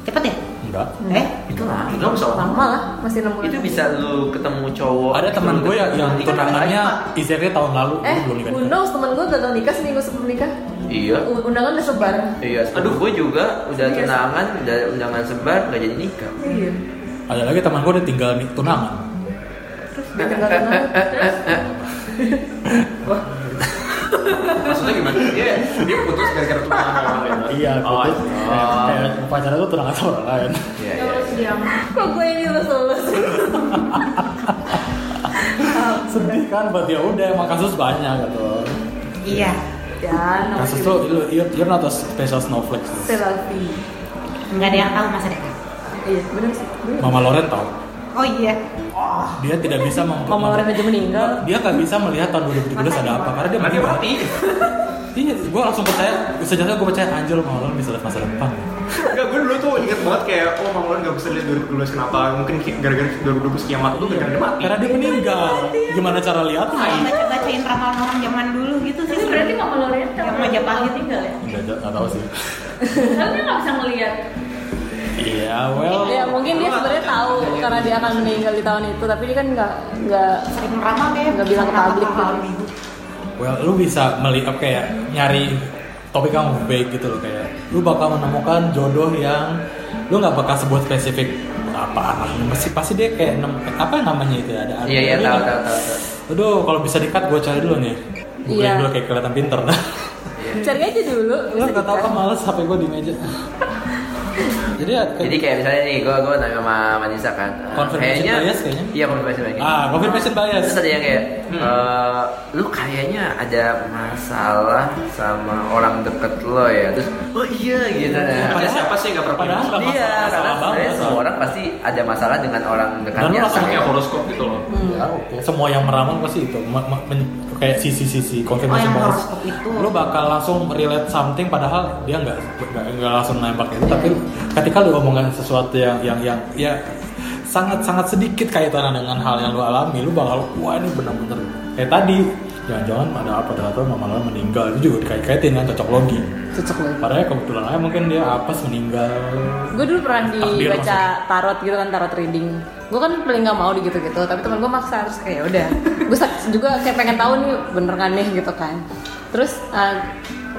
Speaker 7: Cepet ya?
Speaker 3: Enggak.
Speaker 2: Eh, itu lah.
Speaker 5: Itu bisa
Speaker 4: lama lah masih enam bulan
Speaker 2: Itu bisa lu ketemu
Speaker 5: Oh,
Speaker 2: cowok. kan
Speaker 3: Ada teman gue ya yang, yang
Speaker 2: Itu namanya
Speaker 3: tunangannya
Speaker 2: apa?
Speaker 3: istrinya tahun lalu
Speaker 4: eh
Speaker 3: belum nikah.
Speaker 4: who knows temen gue gagal nikah seminggu sebelum nikah
Speaker 2: Iya.
Speaker 4: U- undangan udah sebar
Speaker 2: Iya, aduh gue juga udah tunangan, udah undangan sebar, gak jadi nikah.
Speaker 4: iya
Speaker 3: Ada lagi teman gue udah tinggal nih tunangan.
Speaker 4: ditinggal tunangan terus
Speaker 5: Maksudnya gimana?
Speaker 2: Iya.
Speaker 5: Dia dia putus gara-gara tunangan gitu.
Speaker 3: Iya,
Speaker 5: Oh,
Speaker 3: putus. Kayak- kayak Eh, pacarnya tuh tunangan sama orang lain.
Speaker 2: Iya, iya.
Speaker 6: terus yang
Speaker 4: kok gue ini lulus lulus
Speaker 3: Sedih kan buat ya udah emang kasus banyak gitu.
Speaker 7: Iya.
Speaker 4: ya nama
Speaker 3: Kasus tuh lu iya, you're, you're not a special snowflake. sis.
Speaker 4: selfie
Speaker 7: Nggak ada yang tahu masa depan.
Speaker 4: iya bener sih bener.
Speaker 3: Mama Loren tau.
Speaker 7: Oh iya.
Speaker 3: Dia tidak bisa mem-
Speaker 4: mama orang aja meninggal
Speaker 3: dia nggak bisa melihat tahun 2017 ada apa karena dia
Speaker 5: Mati
Speaker 3: meninggal.
Speaker 5: mati.
Speaker 3: Iya, gue langsung percaya. Sejak gue percaya anjir Mama Loren bisa lihat masa depan.
Speaker 5: Enggak, gue dulu tuh inget banget kayak, oh Mang Loren gak bisa lihat 2012 kenapa? Mungkin kayak gara-gara 2012 kiamat tuh gara-gara dia mati.
Speaker 3: Karena dia meninggal. Gimana cara Nah, lihatnya?
Speaker 7: Kalau baca-bacain ramalan orang zaman dulu gitu sih.
Speaker 6: itu berarti Mama Lorena
Speaker 7: yang Majapahit tinggal ya.
Speaker 3: Enggak, enggak tahu sih.
Speaker 6: Tapi nggak bisa ngelihat.
Speaker 3: Iya, well.
Speaker 4: ya mungkin dia sebenarnya tahu karena dia akan meninggal di tahun itu tapi dia kan nggak nggak
Speaker 7: Sering meramal kayak
Speaker 4: Nggak bilang ke publik
Speaker 7: gitu.
Speaker 3: Well, lu bisa melihat kayak nyari topik yang baik gitu loh kayak lu bakal menemukan jodoh yang lu nggak bakal sebut spesifik apa anak pasti pasti dia kayak nem- apa namanya itu ya, ada ada-
Speaker 2: Iya, iya,
Speaker 3: ada-
Speaker 2: tahu,
Speaker 3: ada-
Speaker 2: tahu, tahu, tahu.
Speaker 3: aduh kalau bisa dikat gue cari dulu nih Bukan
Speaker 4: Iya.
Speaker 3: dulu kayak kelihatan pinter nah.
Speaker 4: cari aja dulu
Speaker 3: lu nggak tahu kan
Speaker 4: Bisa
Speaker 3: males hp gue di meja jadi ya kayak-
Speaker 2: Jadi kayak misalnya nih, gue gue nanya sama Manisa kan, eh,
Speaker 3: Confirmation
Speaker 2: kayaknya,
Speaker 3: bias kayaknya.
Speaker 2: iya confirmation bias.
Speaker 3: ah confirmation bias
Speaker 2: Terus ada yang kayak, eh, lu kayaknya ada masalah sama orang deket lo ya, terus oh iya gitu nah.
Speaker 5: Ada siapa sih yang gak pernah punya
Speaker 3: Padahal-
Speaker 5: masalah?
Speaker 2: Iya,
Speaker 3: Masalah
Speaker 2: karena
Speaker 3: banget,
Speaker 2: sebenarnya
Speaker 3: masalah.
Speaker 2: semua orang pasti ada masalah dengan orang ya,
Speaker 3: Dan lu
Speaker 2: dekatnya.
Speaker 3: langsung
Speaker 5: Kayak horoskop gitu loh.
Speaker 3: Ya, oke. Semua yang meramal pasti itu ma- ma- men- kayak sisi-sisi confirmation
Speaker 7: Oh, yang
Speaker 3: bias.
Speaker 7: horoskop itu.
Speaker 3: Lu bakal langsung relate something padahal dia nggak nggak nggak langsung nembak itu, tapi ketika lu omongan sesuatu yang yang yang ya sangat sangat sedikit kaitannya dengan hal yang lu alami, lu bakal wah ini benar-benar kayak tadi jangan-jangan ada apa ternyata mama lu meninggal itu juga dikait-kaitin kan cocok logi.
Speaker 4: cocok lagi
Speaker 3: Padahal ya kebetulan aja mungkin dia apes meninggal.
Speaker 4: gue dulu pernah
Speaker 3: Takdir
Speaker 4: dibaca tarot gitu kan tarot reading gue kan paling nggak mau di gitu gitu tapi teman gue maksa terus kayak ya udah gue juga kayak pengen tahu nih bener kan nih gitu kan terus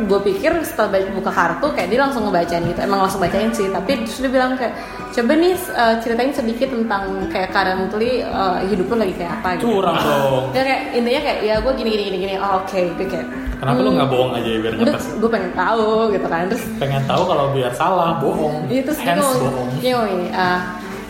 Speaker 4: gue pikir setelah ba- buka kartu kayak dia langsung ngebacain gitu emang langsung bacain sih tapi terus dia bilang kayak coba nih eh, ceritain sedikit tentang kayak currently eh, hidup lu lagi kayak apa gitu
Speaker 3: Curang dong.
Speaker 4: dia kayak intinya kayak ya gue gini gini gini gini oh, oke Dia kayak
Speaker 3: Kenapa
Speaker 4: Hmm.
Speaker 3: lu nggak bohong aja ya, biar ngetes?
Speaker 4: gue pengen tahu gitu kan terus
Speaker 3: Pengen tahu kalau biar salah bohong.
Speaker 4: Iya terus dia
Speaker 3: Hence
Speaker 4: ngomong,
Speaker 3: bohong.
Speaker 4: dia ngomong gini, "Ah,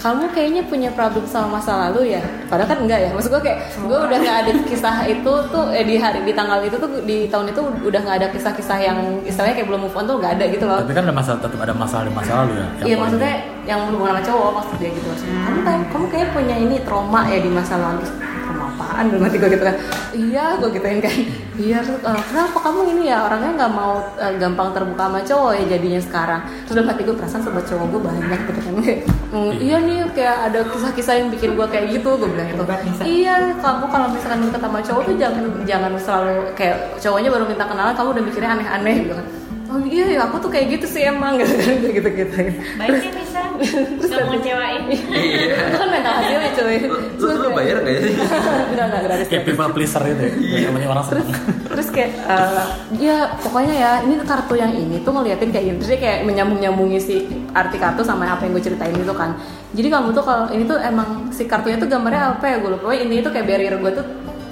Speaker 4: kamu kayaknya punya problem sama masa lalu ya? Padahal kan enggak ya. Maksud gue kayak gue udah nggak ada kisah itu tuh eh, di hari di tanggal itu tuh di tahun itu udah nggak ada kisah-kisah yang istilahnya kayak belum move on tuh nggak ada gitu loh.
Speaker 3: Tapi kan ada masalah tetap ada masalah di masa lalu ya. yang
Speaker 4: Iya
Speaker 3: poin
Speaker 4: maksudnya
Speaker 3: dia.
Speaker 4: yang berhubungan sama cowok maksud dia gitu maksudnya. Kamu kayak kamu kayak punya ini trauma ya di masa lalu. Terus, Trauma apaan dulu nanti gue gitu kan. Iya gue gituin kan. Iya terus "Eh, kenapa kamu ini ya orangnya nggak mau eh, gampang terbuka sama cowok ya jadinya sekarang. Terus dalam hati gue perasaan sobat cowok gue banyak gitu kan. Mm, iya nih kayak ada kisah-kisah yang bikin gue kayak gitu gue bilang gitu. Iya kamu kalau misalkan deket sama cowok tuh jangan jangan selalu kayak cowoknya baru minta kenalan kamu udah mikirnya aneh-aneh gitu kan. Oh iya, ya, aku tuh kayak gitu sih emang gitu gitu gitu.
Speaker 6: Baiknya bisa nggak mengecewain.
Speaker 2: Iya.
Speaker 4: Itu kan mental hasilnya cuy.
Speaker 2: Lu, lu, lu bayar ya? gak sih?
Speaker 4: Enggak enggak gratis.
Speaker 3: kayak people pleaser itu ya. Banyak orang
Speaker 4: Iya. Terus
Speaker 3: seneng.
Speaker 4: terus kayak eh, ya pokoknya ya ini kartu yang ini tuh ngeliatin kayak gini terus dia kayak menyambung nyambungi si arti kartu sama apa yang gue ceritain itu kan. Jadi kamu tuh kalau ini tuh emang si kartunya tuh gambarnya apa ya gue lupa. Pokoknya ini tuh kayak barrier gue tuh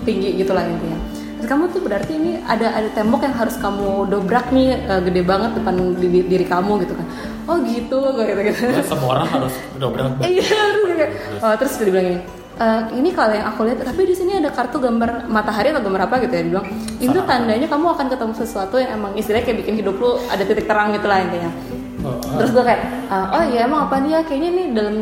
Speaker 4: tinggi gitu lah intinya. Terus kamu tuh berarti ini ada ada tembok yang harus kamu dobrak nih eh, gede banget depan di- diri kamu gitu kan. Oh gitu gue gitu gitu.
Speaker 3: Terus semua orang harus dobrak.
Speaker 4: Iya, terus dia kayak, oh, terus dia bilang gini. "Eh, ini kalau yang aku lihat, tapi di sini ada kartu gambar matahari atau gambar apa gitu ya, dia bilang itu tandanya kamu akan ketemu sesuatu yang emang istilahnya kayak bikin hidup lu ada titik terang gitu lah intinya. Terus gue kayak, "Eh, oh iya emang apa nih ya? Kayaknya nih dalam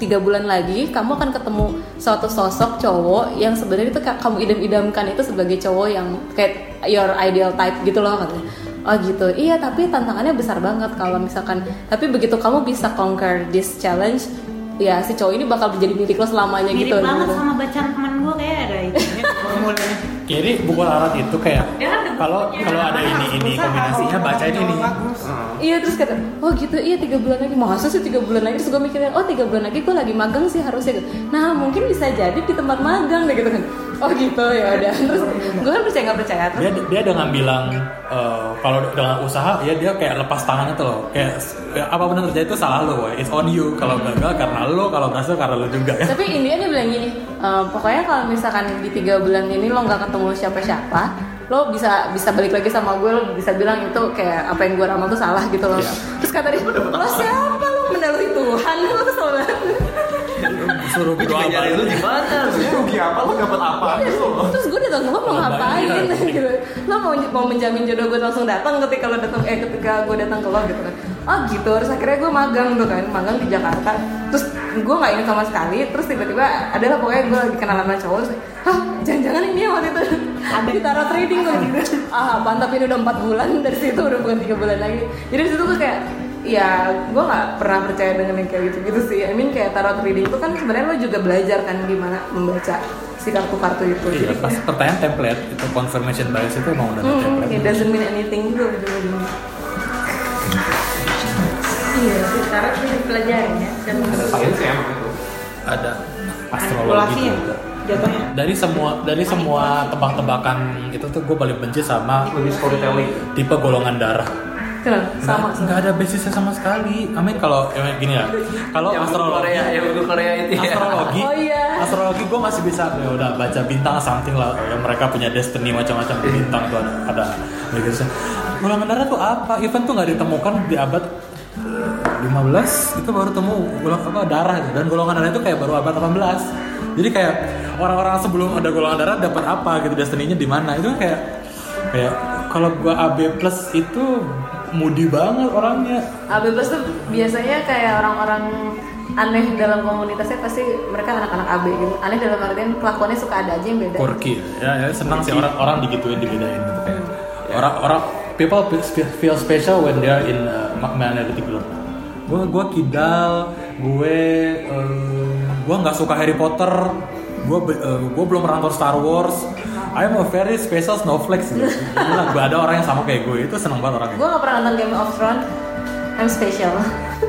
Speaker 4: tiga bulan lagi kamu akan ketemu suatu sosok cowok yang sebenarnya itu ka- kamu idam-idamkan itu sebagai cowok yang kayak your ideal type gitu loh katanya. Oh gitu, iya tapi tantangannya besar banget kalau misalkan tapi begitu kamu bisa conquer this challenge ya si cowok ini bakal menjadi milik lo selamanya
Speaker 7: Mirip
Speaker 4: gitu
Speaker 7: banget
Speaker 4: gitu.
Speaker 7: sama bacaan teman gue kayak ada itu. Formulanya.
Speaker 3: Jadi buku larat itu kayak
Speaker 6: Ya kan ada
Speaker 3: kalau
Speaker 6: bukunya.
Speaker 3: kalau ada ini ini kombinasinya bacain ini.
Speaker 4: Iya terus kata, oh gitu iya tiga bulan lagi masa sih tiga bulan lagi terus gue mikirnya oh tiga bulan lagi gue lagi magang sih harusnya gitu. Nah mungkin bisa jadi di tempat magang deh gitu kan. Oh gitu ya udah terus gue kan percaya nggak percaya terus
Speaker 3: Dia dia dengan bilang eh, kalau dengan usaha ya dia kayak lepas tangan itu loh kayak ya, apa benar kerja itu salah lo, woy. it's on you. Kalau gagal karena lo, kalau berhasil karena lo juga ya.
Speaker 4: tapi India dia bilang gini "Eh, pokoknya kalau misalkan di tiga bulan ini lo nggak ketemu siapa-siapa lo bisa bisa balik lagi sama gue lo bisa bilang itu kayak apa yang gue ramal tuh salah gitu loh
Speaker 3: Iya.
Speaker 4: terus kata dia lo siapa lo mendalui Tuhan lo kesel banget
Speaker 3: Suruh
Speaker 2: Gue juga
Speaker 3: doa
Speaker 2: nyari lu
Speaker 3: balik.
Speaker 2: di mana?
Speaker 5: Terus rugi apa lo dapat apa gitu loh.
Speaker 4: terus gue datang ke lo mau
Speaker 3: Ngapain?
Speaker 4: ngapain gitu lo mau mau menjamin jodoh gue langsung datang ketika lo datang eh ketika gue datang ke lo gitu kan oh gitu terus akhirnya gue magang tuh kan magang di Jakarta terus gue nggak ingat sama sekali terus tiba-tiba adalah pokoknya gue lagi kenalan sama cowok terus hah jangan-jangan ini yang waktu itu di taruh trading gue gitu ah apaan tapi ini udah empat bulan dari situ udah bukan tiga bulan lagi jadi di situ gue kayak ya gue nggak pernah percaya dengan yang kayak gitu gitu sih I mean kayak tarot reading itu kan sebenarnya lo juga belajar kan gimana membaca si kartu-kartu itu
Speaker 3: Iya,
Speaker 4: Jadi
Speaker 3: pas
Speaker 4: kayak,
Speaker 3: pertanyaan template itu confirmation bias itu emang udah ada
Speaker 4: hmm,
Speaker 3: template.
Speaker 4: it doesn't mean anything gitu ujung-ujungnya.
Speaker 6: Iya, sekarang kita pelajarin ya. Dan
Speaker 5: Ada sains ya emang itu.
Speaker 3: Ada
Speaker 7: Manipulasi
Speaker 3: astrologi
Speaker 7: ya
Speaker 3: juga.
Speaker 7: jatuhnya.
Speaker 3: Dari semua dari semua tebak-tebakan itu tuh gue paling benci sama
Speaker 5: Lebih storytelling.
Speaker 3: tipe golongan darah.
Speaker 4: Kenapa? sama
Speaker 3: Nggak-
Speaker 4: sama
Speaker 3: nggak ada basisnya sama sekali. I mean kalau emang gini ya. Kalau
Speaker 2: Yang buku
Speaker 3: astrologi
Speaker 2: Korea, yang buku Korea itu ya.
Speaker 3: astrologi
Speaker 4: Oh, iya.
Speaker 3: astrologi gue masih bisa ya udah baca bintang something lah ya mereka punya destiny macam-macam di bintang tuh ada ada begitu golongan darah tuh apa event tuh nggak ditemukan di abad eh, 15 itu baru temu golongan apa darah dan golongan darah itu kayak baru abad 18 jadi kayak orang-orang sebelum ada golongan darah dapat apa gitu destiny-nya di mana itu kan kayak kayak kalau gua AB plus itu moody banget orangnya
Speaker 4: Ah, bebas tuh biasanya kayak orang-orang aneh dalam komunitasnya pasti mereka anak-anak AB gitu aneh dalam artian kelakuannya suka ada aja yang beda
Speaker 3: quirky ya, ya senang sih orang orang digituin dibedain gitu kayak orang orang people feel- feel special when they're in uh, ma- magnetic globe gue gue kidal gue gue nggak suka Harry Potter gue gue belum nonton Star Wars I'm a very special snowflake gitu. Gila, gua ada orang yang sama kayak gue itu seneng banget orangnya
Speaker 4: Gue gak pernah nonton Game of Thrones. I'm special.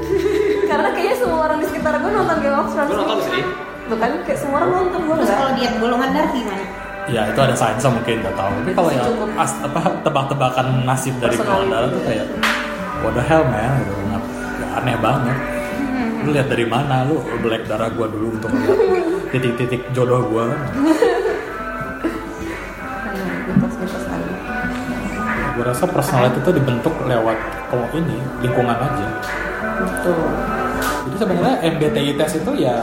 Speaker 4: Karena kayaknya semua orang di sekitar gue nonton Game of Thrones.
Speaker 5: Gue nonton sih.
Speaker 4: Bukan kayak semua orang nonton gue
Speaker 7: Terus
Speaker 4: enggak.
Speaker 7: kalau diet golongan darah gimana?
Speaker 3: ya itu ada sainsnya mungkin nggak tahu tapi kalau yang
Speaker 4: Cukup.
Speaker 3: as- apa tebak-tebakan nasib dari
Speaker 4: Personality.
Speaker 3: Belanda tuh kayak what the hell man gitu ngap- ya, aneh banget
Speaker 4: Hmm.
Speaker 3: lu lihat dari mana lu black darah gua dulu untuk ngeliat titik-titik jodoh gua kan
Speaker 4: Nah, mitos-mitos lagi.
Speaker 3: gua rasa personality itu dibentuk lewat kalau ini lingkungan aja
Speaker 4: Betul.
Speaker 3: jadi sebenarnya MBTI test itu ya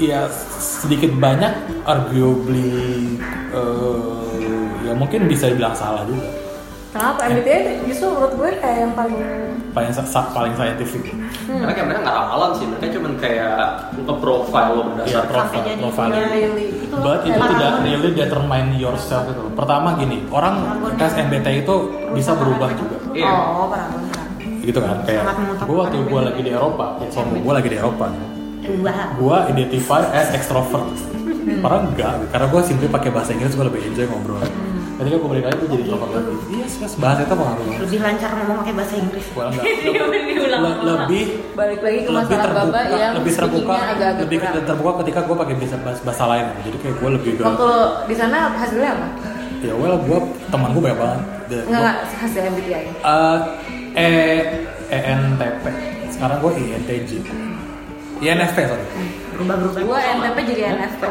Speaker 3: ya sedikit banyak arguably eh, ya mungkin bisa dibilang salah juga
Speaker 4: Kenapa MBTI itu justru menurut gue kayak yang paling
Speaker 3: paling sa- sa- paling scientific
Speaker 7: Iya,
Speaker 5: Karena kayak mereka nggak ramalan sih, mereka cuman kayak nge-profile lo
Speaker 3: ya,
Speaker 5: berdasarkan
Speaker 7: Sampai
Speaker 3: profile,
Speaker 7: jadi gitu.
Speaker 3: profiling.
Speaker 4: really
Speaker 7: Itu loh,
Speaker 3: But itu
Speaker 7: emang
Speaker 3: tidak
Speaker 7: orang-
Speaker 3: really determine yourself itu. Pertama gini, orang tes MBTI itu bisa berubah juga.
Speaker 5: Iya.
Speaker 4: Oh, parah banget.
Speaker 3: Gitu kan kayak
Speaker 7: Sangat memutamakan
Speaker 3: gue waktu gue lagi di Eropa, ya sombong gue lagi di Eropa.
Speaker 7: Dua.
Speaker 3: Gue identify as extrovert.
Speaker 7: Hmm.
Speaker 3: Padahal enggak, karena gue simply pakai bahasa Inggris gue lebih enjoy ngobrol. Ketika gue balik lagi gue jadi introvert lagi. Iya, yes, yes, bahasa itu pengaruh. banget.
Speaker 7: Lebih lancar ngomong pakai bahasa Inggris.
Speaker 3: Gue enggak. Le- lebih
Speaker 4: Balik lagi ke
Speaker 3: lebih
Speaker 4: masalah
Speaker 3: terbuka,
Speaker 4: Bapak yang
Speaker 3: lebih terbuka,
Speaker 4: speaking-nya agak-agak
Speaker 3: lebih
Speaker 4: kurang.
Speaker 3: terbuka ketika gue pakai bahasa bahasa lain. Jadi kayak gue lebih ke
Speaker 4: Waktu di sana hasilnya apa?
Speaker 3: ya well gue teman gue banyak banget The-
Speaker 4: Enggak,
Speaker 3: gua-
Speaker 4: enggak hasil MBTI.
Speaker 3: Eh, e ENTP sekarang gue INTJ INFP sorry
Speaker 7: Berubah-berubah.
Speaker 4: Gue NTP jadi NFP.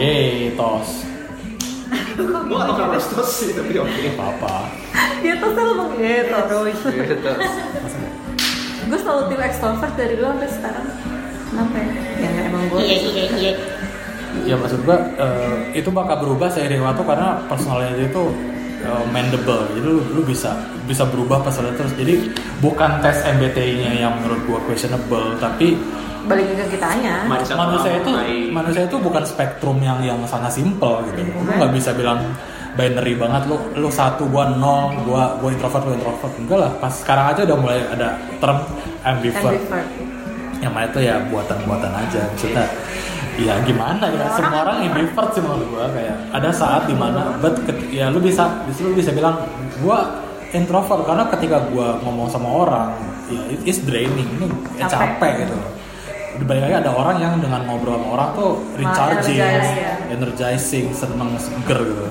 Speaker 3: yeay tos
Speaker 5: Gue nggak tau kenapa terus sih, tapi oke.
Speaker 3: apa apa
Speaker 4: Ya terus lo ngomong gitu.
Speaker 3: Oh,
Speaker 2: Gitu.
Speaker 4: Gue selalu tim extrovert dari dulu sampai sekarang. Kenapa ya? Ya emang gue.
Speaker 7: Iya iya iya.
Speaker 3: ya maksud gue eh, itu bakal berubah seiring waktu karena personalnya itu eh, mendable jadi lu, lu bisa bisa berubah personalnya terus jadi bukan tes MBTI-nya yang menurut gue questionable tapi
Speaker 4: Balik ke kitanya.
Speaker 5: Mindset
Speaker 3: manusia
Speaker 5: orang
Speaker 3: itu
Speaker 5: mengenai-
Speaker 3: manusia itu bukan spektrum yang yang sangat simpel gitu lu nggak bisa bilang binary banget lu lu satu gua nol gua gua introvert lu introvert enggak lah pas sekarang aja udah mulai ada term ambivert
Speaker 4: Ambivert.
Speaker 3: yang mana itu ya buatan-buatan aja maksudnya Iya gimana ya, semua orang ambivert sih menurut gua kayak ada saat dimana but ket- ya lu bisa justru lu bisa bilang gua introvert karena ketika gua ngomong sama orang ya it is draining ini ya,
Speaker 6: Capek.
Speaker 3: capek gitu dibalik lagi ada orang yang dengan ngobrol sama orang tuh recharging,
Speaker 6: energize, ya.
Speaker 3: energizing, seneng seger gitu.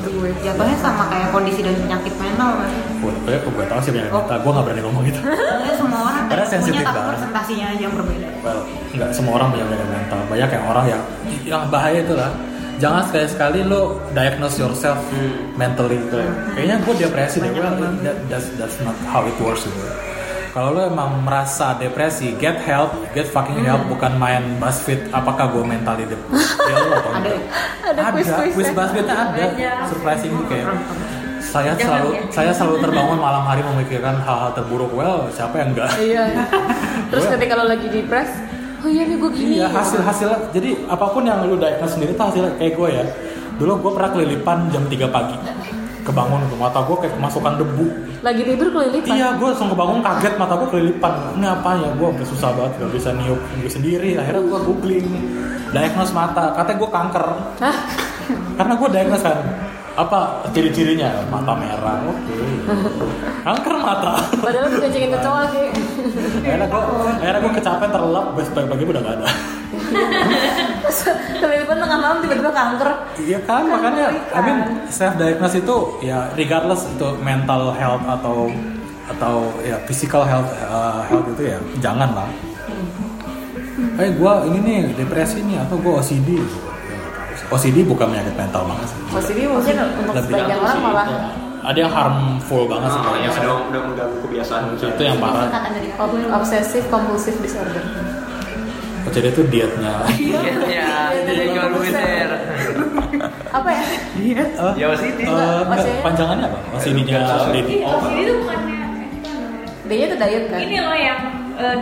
Speaker 7: Jatuhnya sama kayak kondisi dan penyakit mental kan.
Speaker 3: Gue gue tau sih banyak kata,
Speaker 6: Oh.
Speaker 3: gue gak berani ngomong gitu.
Speaker 7: Soalnya semua orang
Speaker 3: Karena
Speaker 7: kayak
Speaker 3: sensitif
Speaker 7: punya tapi
Speaker 3: banget. Ah.
Speaker 7: presentasinya aja yang berbeda.
Speaker 3: well, nggak semua orang punya penyakit mental banyak yang orang yang yang bahaya itulah jangan sekali-sekali lo diagnose yourself mentally gitu ya. kayaknya gue depresi deh well it- that, that's, that's not how it works gitu kalau lo emang merasa depresi get help get fucking help bukan main BuzzFeed apakah gue mentally depresi ya lo atau enggak
Speaker 4: Ada quiz-quiznya.
Speaker 3: quiz BuzzFeednya ada surprising kayak saya selalu saya selalu terbangun malam hari memikirkan hal-hal terburuk well siapa yang enggak
Speaker 4: Iya. Terus ketika lo lagi depres, oh iya nih gue gini.
Speaker 3: Iya hasil hasilnya. Jadi apapun yang lu diagnose sendiri tuh hasilnya kayak gue ya. Dulu gue pernah kelilipan jam 3 pagi. Kebangun ke mata gue kayak kemasukan debu.
Speaker 4: Lagi tidur kelilipan.
Speaker 3: Iya gue langsung kebangun kaget mata gue kelilipan. Ini apa ya? Gue sampai susah banget gak bisa niup gue sendiri. Akhirnya gue googling diagnose mata. Katanya gue kanker.
Speaker 4: Hah?
Speaker 3: Karena gue diagnose kan apa ciri-cirinya mata merah. Oke. Kanker mata.
Speaker 4: Padahal dikencingin kecoa sih.
Speaker 3: akhirnya gue akhirnya gue kecapean terlelap. Besok pagi udah gak ada.
Speaker 4: Terus kelilipan tengah malam tiba-tiba kanker.
Speaker 3: Iya kan, makanya I mean self diagnose itu ya regardless itu mental health atau atau ya physical health uh, health itu ya jangan lah.
Speaker 4: Hmm.
Speaker 3: Eh gue ini nih depresi nih atau gue OCD. OCD bukan penyakit mental banget sih.
Speaker 4: Positif mungkin untuk
Speaker 3: Lebih
Speaker 4: sebagian orang malah. Ah,
Speaker 3: Ada yang harmful banget sih
Speaker 5: Nah,
Speaker 3: kalau
Speaker 5: yang
Speaker 3: misalnya.
Speaker 5: ada udah mengganggu kebiasaan kita.
Speaker 3: itu yang parah.
Speaker 7: Kata dari
Speaker 4: ob-
Speaker 7: Pablo.
Speaker 4: Obsesif compulsive disorder.
Speaker 3: Jadi itu dietnya.
Speaker 4: Iya,
Speaker 8: Iya,
Speaker 4: iya,
Speaker 8: jadi
Speaker 4: iya.
Speaker 8: konser.
Speaker 4: Apa ya?
Speaker 3: Diet? eh,
Speaker 8: Ya OCD
Speaker 3: eh,
Speaker 8: lah.
Speaker 3: enggak,
Speaker 4: OCD.
Speaker 3: panjangannya apa? OCD-nya Lady.
Speaker 6: Ini oh, ini tuh bukannya eh, bukan.
Speaker 4: Dia itu diet kan.
Speaker 6: ya? ini loh yang eh,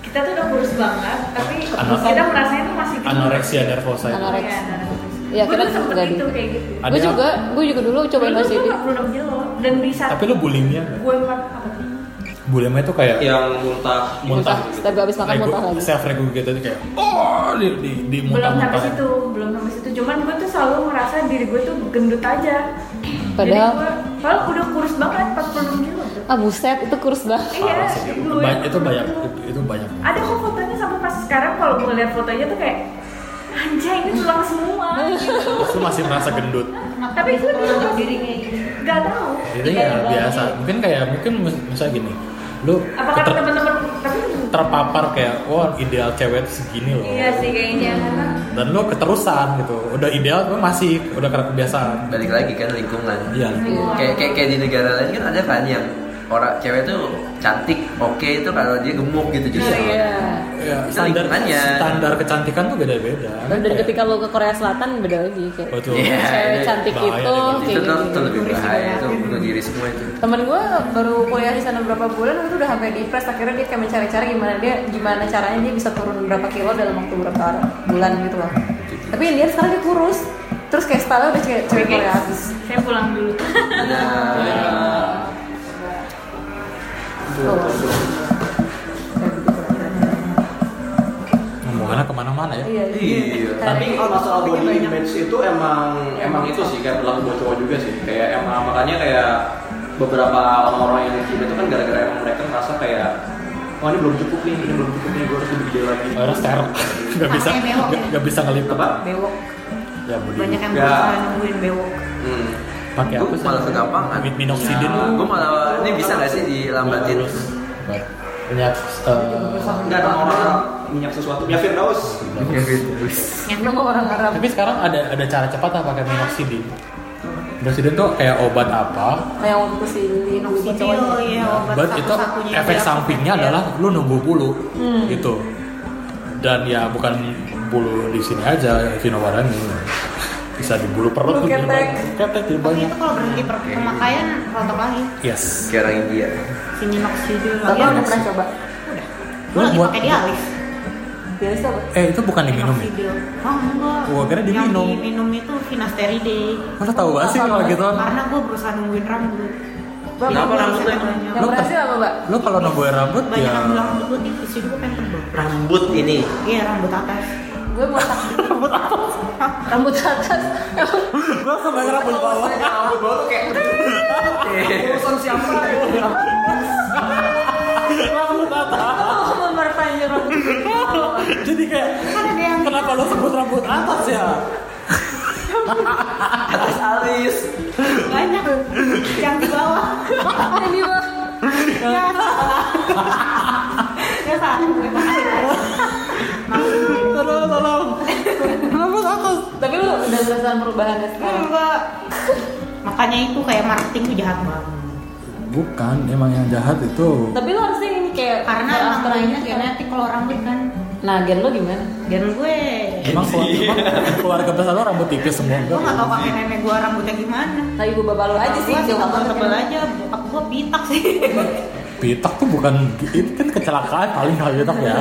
Speaker 6: kita tuh udah kurus banget tapi
Speaker 3: Anak-
Speaker 6: kita merasa itu masih gitu.
Speaker 3: Anoreksia nervosa itu.
Speaker 4: Anorek-
Speaker 6: Iya,
Speaker 4: Iya,
Speaker 6: Gua
Speaker 4: kita
Speaker 6: dulu sempet
Speaker 4: nggak
Speaker 6: itu
Speaker 4: gitu.
Speaker 6: kayak gitu
Speaker 3: Ada
Speaker 4: Gue
Speaker 3: yang-
Speaker 4: juga, gue juga dulu cobain
Speaker 6: Dulu tuh
Speaker 4: OCD.
Speaker 6: gak pernah gelo dan di saat
Speaker 3: Tapi lu bulimia nggak?
Speaker 6: gue makan apa
Speaker 3: Bulimia itu kayak
Speaker 5: Yang muntah.
Speaker 3: muntah. Eh,
Speaker 4: Muntah, setiap habis makan muntah lagi.
Speaker 3: Self regurgitated gitu kayak oh di di, di muntah
Speaker 6: belum sampai
Speaker 3: muntah.
Speaker 6: situ belum sampai situ cuman gue tuh selalu merasa diri gue tuh gendut aja
Speaker 4: Padahal-
Speaker 6: Jadi gua- padahal udah kurus banget 46 kilo tuh.
Speaker 4: Ah buset, itu kurus banget.
Speaker 6: iya
Speaker 3: Parah sih. Itu,
Speaker 6: gue
Speaker 3: ba- itu
Speaker 6: 46
Speaker 3: banyak
Speaker 6: kilo.
Speaker 3: itu, itu banyak.
Speaker 6: ada kok fotonya sampai pas sekarang kalau gue lihat fotonya tuh kayak anjay ini tulang semua gitu.
Speaker 3: Terus lu masih merasa gendut.
Speaker 6: tapi gue dulu pas diri kayak gak tahu
Speaker 3: Jadi ya biasa. Mungkin kayak mungkin mis- misalnya gini. Lu
Speaker 6: apa kata
Speaker 3: ter-
Speaker 6: teman-teman tapi
Speaker 3: terpapar kayak wah ideal cewek itu segini loh.
Speaker 6: iya sih kayaknya karena
Speaker 3: Dan lu keterusan gitu. Udah ideal lu masih udah karena kebiasaan.
Speaker 2: balik lagi kan lingkungan
Speaker 3: Iya.
Speaker 2: kayak kayak kayak di negara lain kan ada kan yang orang cewek tuh cantik oke itu kalau dia gemuk gitu
Speaker 4: Iya.
Speaker 2: justru
Speaker 3: Ya,
Speaker 2: Itu
Speaker 3: standar
Speaker 2: lingkungannya.
Speaker 3: standar kecantikan tuh beda-beda.
Speaker 4: Dan
Speaker 3: Kayak-
Speaker 4: ketika lo ke Korea Selatan beda lagi kayak.
Speaker 3: Betul.
Speaker 2: Iya.
Speaker 4: Cewek cantik
Speaker 3: Bahaya
Speaker 4: itu,
Speaker 3: deh,
Speaker 4: kayak
Speaker 2: itu tuh
Speaker 4: gitu.
Speaker 2: tuh lebih bahaya itu bunuh diri semua itu
Speaker 4: Temen gue baru kuliah di sana berapa bulan itu udah sampai depres akhirnya dia kayak mencari-cari gimana dia gimana caranya dia bisa turun berapa kilo dalam waktu berapa hari- bulan gitu loh. Tapi dia sekarang dia kurus. Terus kayak style udah cewek cewek
Speaker 6: Oke.
Speaker 4: Korea abis.
Speaker 6: saya pulang dulu
Speaker 2: nah
Speaker 4: Tuh.
Speaker 3: Ngomongannya kemana-mana ya.
Speaker 4: Iya.
Speaker 2: Iya.
Speaker 5: Tapi kalau masalah body
Speaker 4: Banyak.
Speaker 5: image itu emang emang itu sih kayak berlaku buat cowok juga sih. Kayak emang makanya kayak beberapa orang-orang yang gym itu kan gara-gara emang mereka merasa kayak oh ini belum cukup nih, ini belum cukup nih, gue harus lebih gede lagi.
Speaker 3: Akhirnya steril. Gak bisa
Speaker 7: Pakai bewok
Speaker 3: gak,
Speaker 7: ya.
Speaker 3: gak bisa ngelipat.
Speaker 5: Apa?
Speaker 7: Bewok.
Speaker 3: Ya budi.
Speaker 7: Banyak yang
Speaker 5: Nggak.
Speaker 7: berusaha nungguin bewok.
Speaker 5: Hmm.
Speaker 3: Pakai apa
Speaker 2: gue
Speaker 3: sih?
Speaker 2: malah kegampangan
Speaker 3: Min- minoxidil
Speaker 7: Ya,
Speaker 3: lu.
Speaker 2: gue malah ini bisa nggak sih dilambatin
Speaker 3: Banyak eh,
Speaker 5: Enggak ada orang minyak sesuatu. Ya Firdaus.
Speaker 4: Emang orang Arab.
Speaker 3: tapi sekarang ada ada cara cepat apa pakai minoxidil. Minoxidil tuh kayak obat apa?
Speaker 4: Nah, yang waktu itu si Lino
Speaker 7: Oksidio,
Speaker 4: iya.
Speaker 6: iya.
Speaker 7: ya obat
Speaker 3: Obat itu
Speaker 7: satu-satunya
Speaker 3: efek
Speaker 7: dia.
Speaker 3: sampingnya
Speaker 7: Iya. Hmm.
Speaker 3: adalah lu nunggu bulu gitu. Dan ya bukan bulu di sini aja, Vinowarani bisa di bulu perut
Speaker 4: Bulu
Speaker 3: lebih
Speaker 4: ketek.
Speaker 3: banyak. Ketek lebih
Speaker 7: Tapi
Speaker 3: banyak.
Speaker 7: itu kalau berhenti per- pemakaian rontok lagi.
Speaker 3: Yes.
Speaker 2: kayak orang India
Speaker 7: Si minoxidil lagi.
Speaker 4: Bapak udah pernah coba.
Speaker 7: Gue
Speaker 3: Lu
Speaker 7: lagi
Speaker 3: buat-
Speaker 7: pakai dialis.
Speaker 4: Dia coba.
Speaker 3: Eh itu bukan diminum Eh, ya?
Speaker 7: Minoxidil. Oh enggak.
Speaker 3: Gua kira diminum.
Speaker 7: Yang diminum itu finasteride.
Speaker 3: Lo tau gak sih kalau gitu?
Speaker 7: Karena gue berusaha nungguin rambut.
Speaker 2: Kenapa rambutnya?
Speaker 4: Yang
Speaker 3: Lu-
Speaker 4: berhasil apa, Mbak?
Speaker 3: Lu kalau nungguin rambut
Speaker 7: Banyak
Speaker 3: ya
Speaker 7: yang bilang rambut gue tipis, jadi gue pengen tebal.
Speaker 2: rambut ini
Speaker 7: Iya rambut atas.
Speaker 4: gue mau rambut atas rambut atas
Speaker 3: Gue kebayang rambut bawah.
Speaker 5: Rambut bawah tuh kayak urusan siapa gitu.
Speaker 3: Rambut atas.
Speaker 4: Aku mau memperpanjang rambut
Speaker 3: Jadi kayak
Speaker 7: kan ada yang
Speaker 3: kenapa lo sebut rambut atas ya?
Speaker 5: Atas alis.
Speaker 7: banyak yang di bawah
Speaker 4: jadi lah
Speaker 7: ya salah ya salah
Speaker 3: Tolong, tolong. Rambut atas.
Speaker 4: tapi lu udah merasakan perubahannya sekarang
Speaker 7: Enggak. makanya itu kayak marketing tuh jahat banget
Speaker 3: Bukan, emang yang jahat itu.
Speaker 4: tapi lu harusnya ini kayak
Speaker 7: karena
Speaker 4: kayak
Speaker 7: emang
Speaker 4: after ini
Speaker 7: lainnya
Speaker 4: kan.
Speaker 7: genetik kalau rambut kan
Speaker 4: nah gen lu gimana
Speaker 7: gen gue
Speaker 3: Emang keluarga, keluarga besar lo rambut tipis semua.
Speaker 7: gue nggak tahu kakek nenek gue rambutnya gimana
Speaker 4: tapi Nah, ibu bapak lu aja sih
Speaker 7: Gua
Speaker 4: jauh
Speaker 7: cuma
Speaker 4: banget ya.
Speaker 7: tebel aja bokap gue pitak sih
Speaker 3: Pitak tuh bukan itu kan kecelakaan paling kalau pitak ya.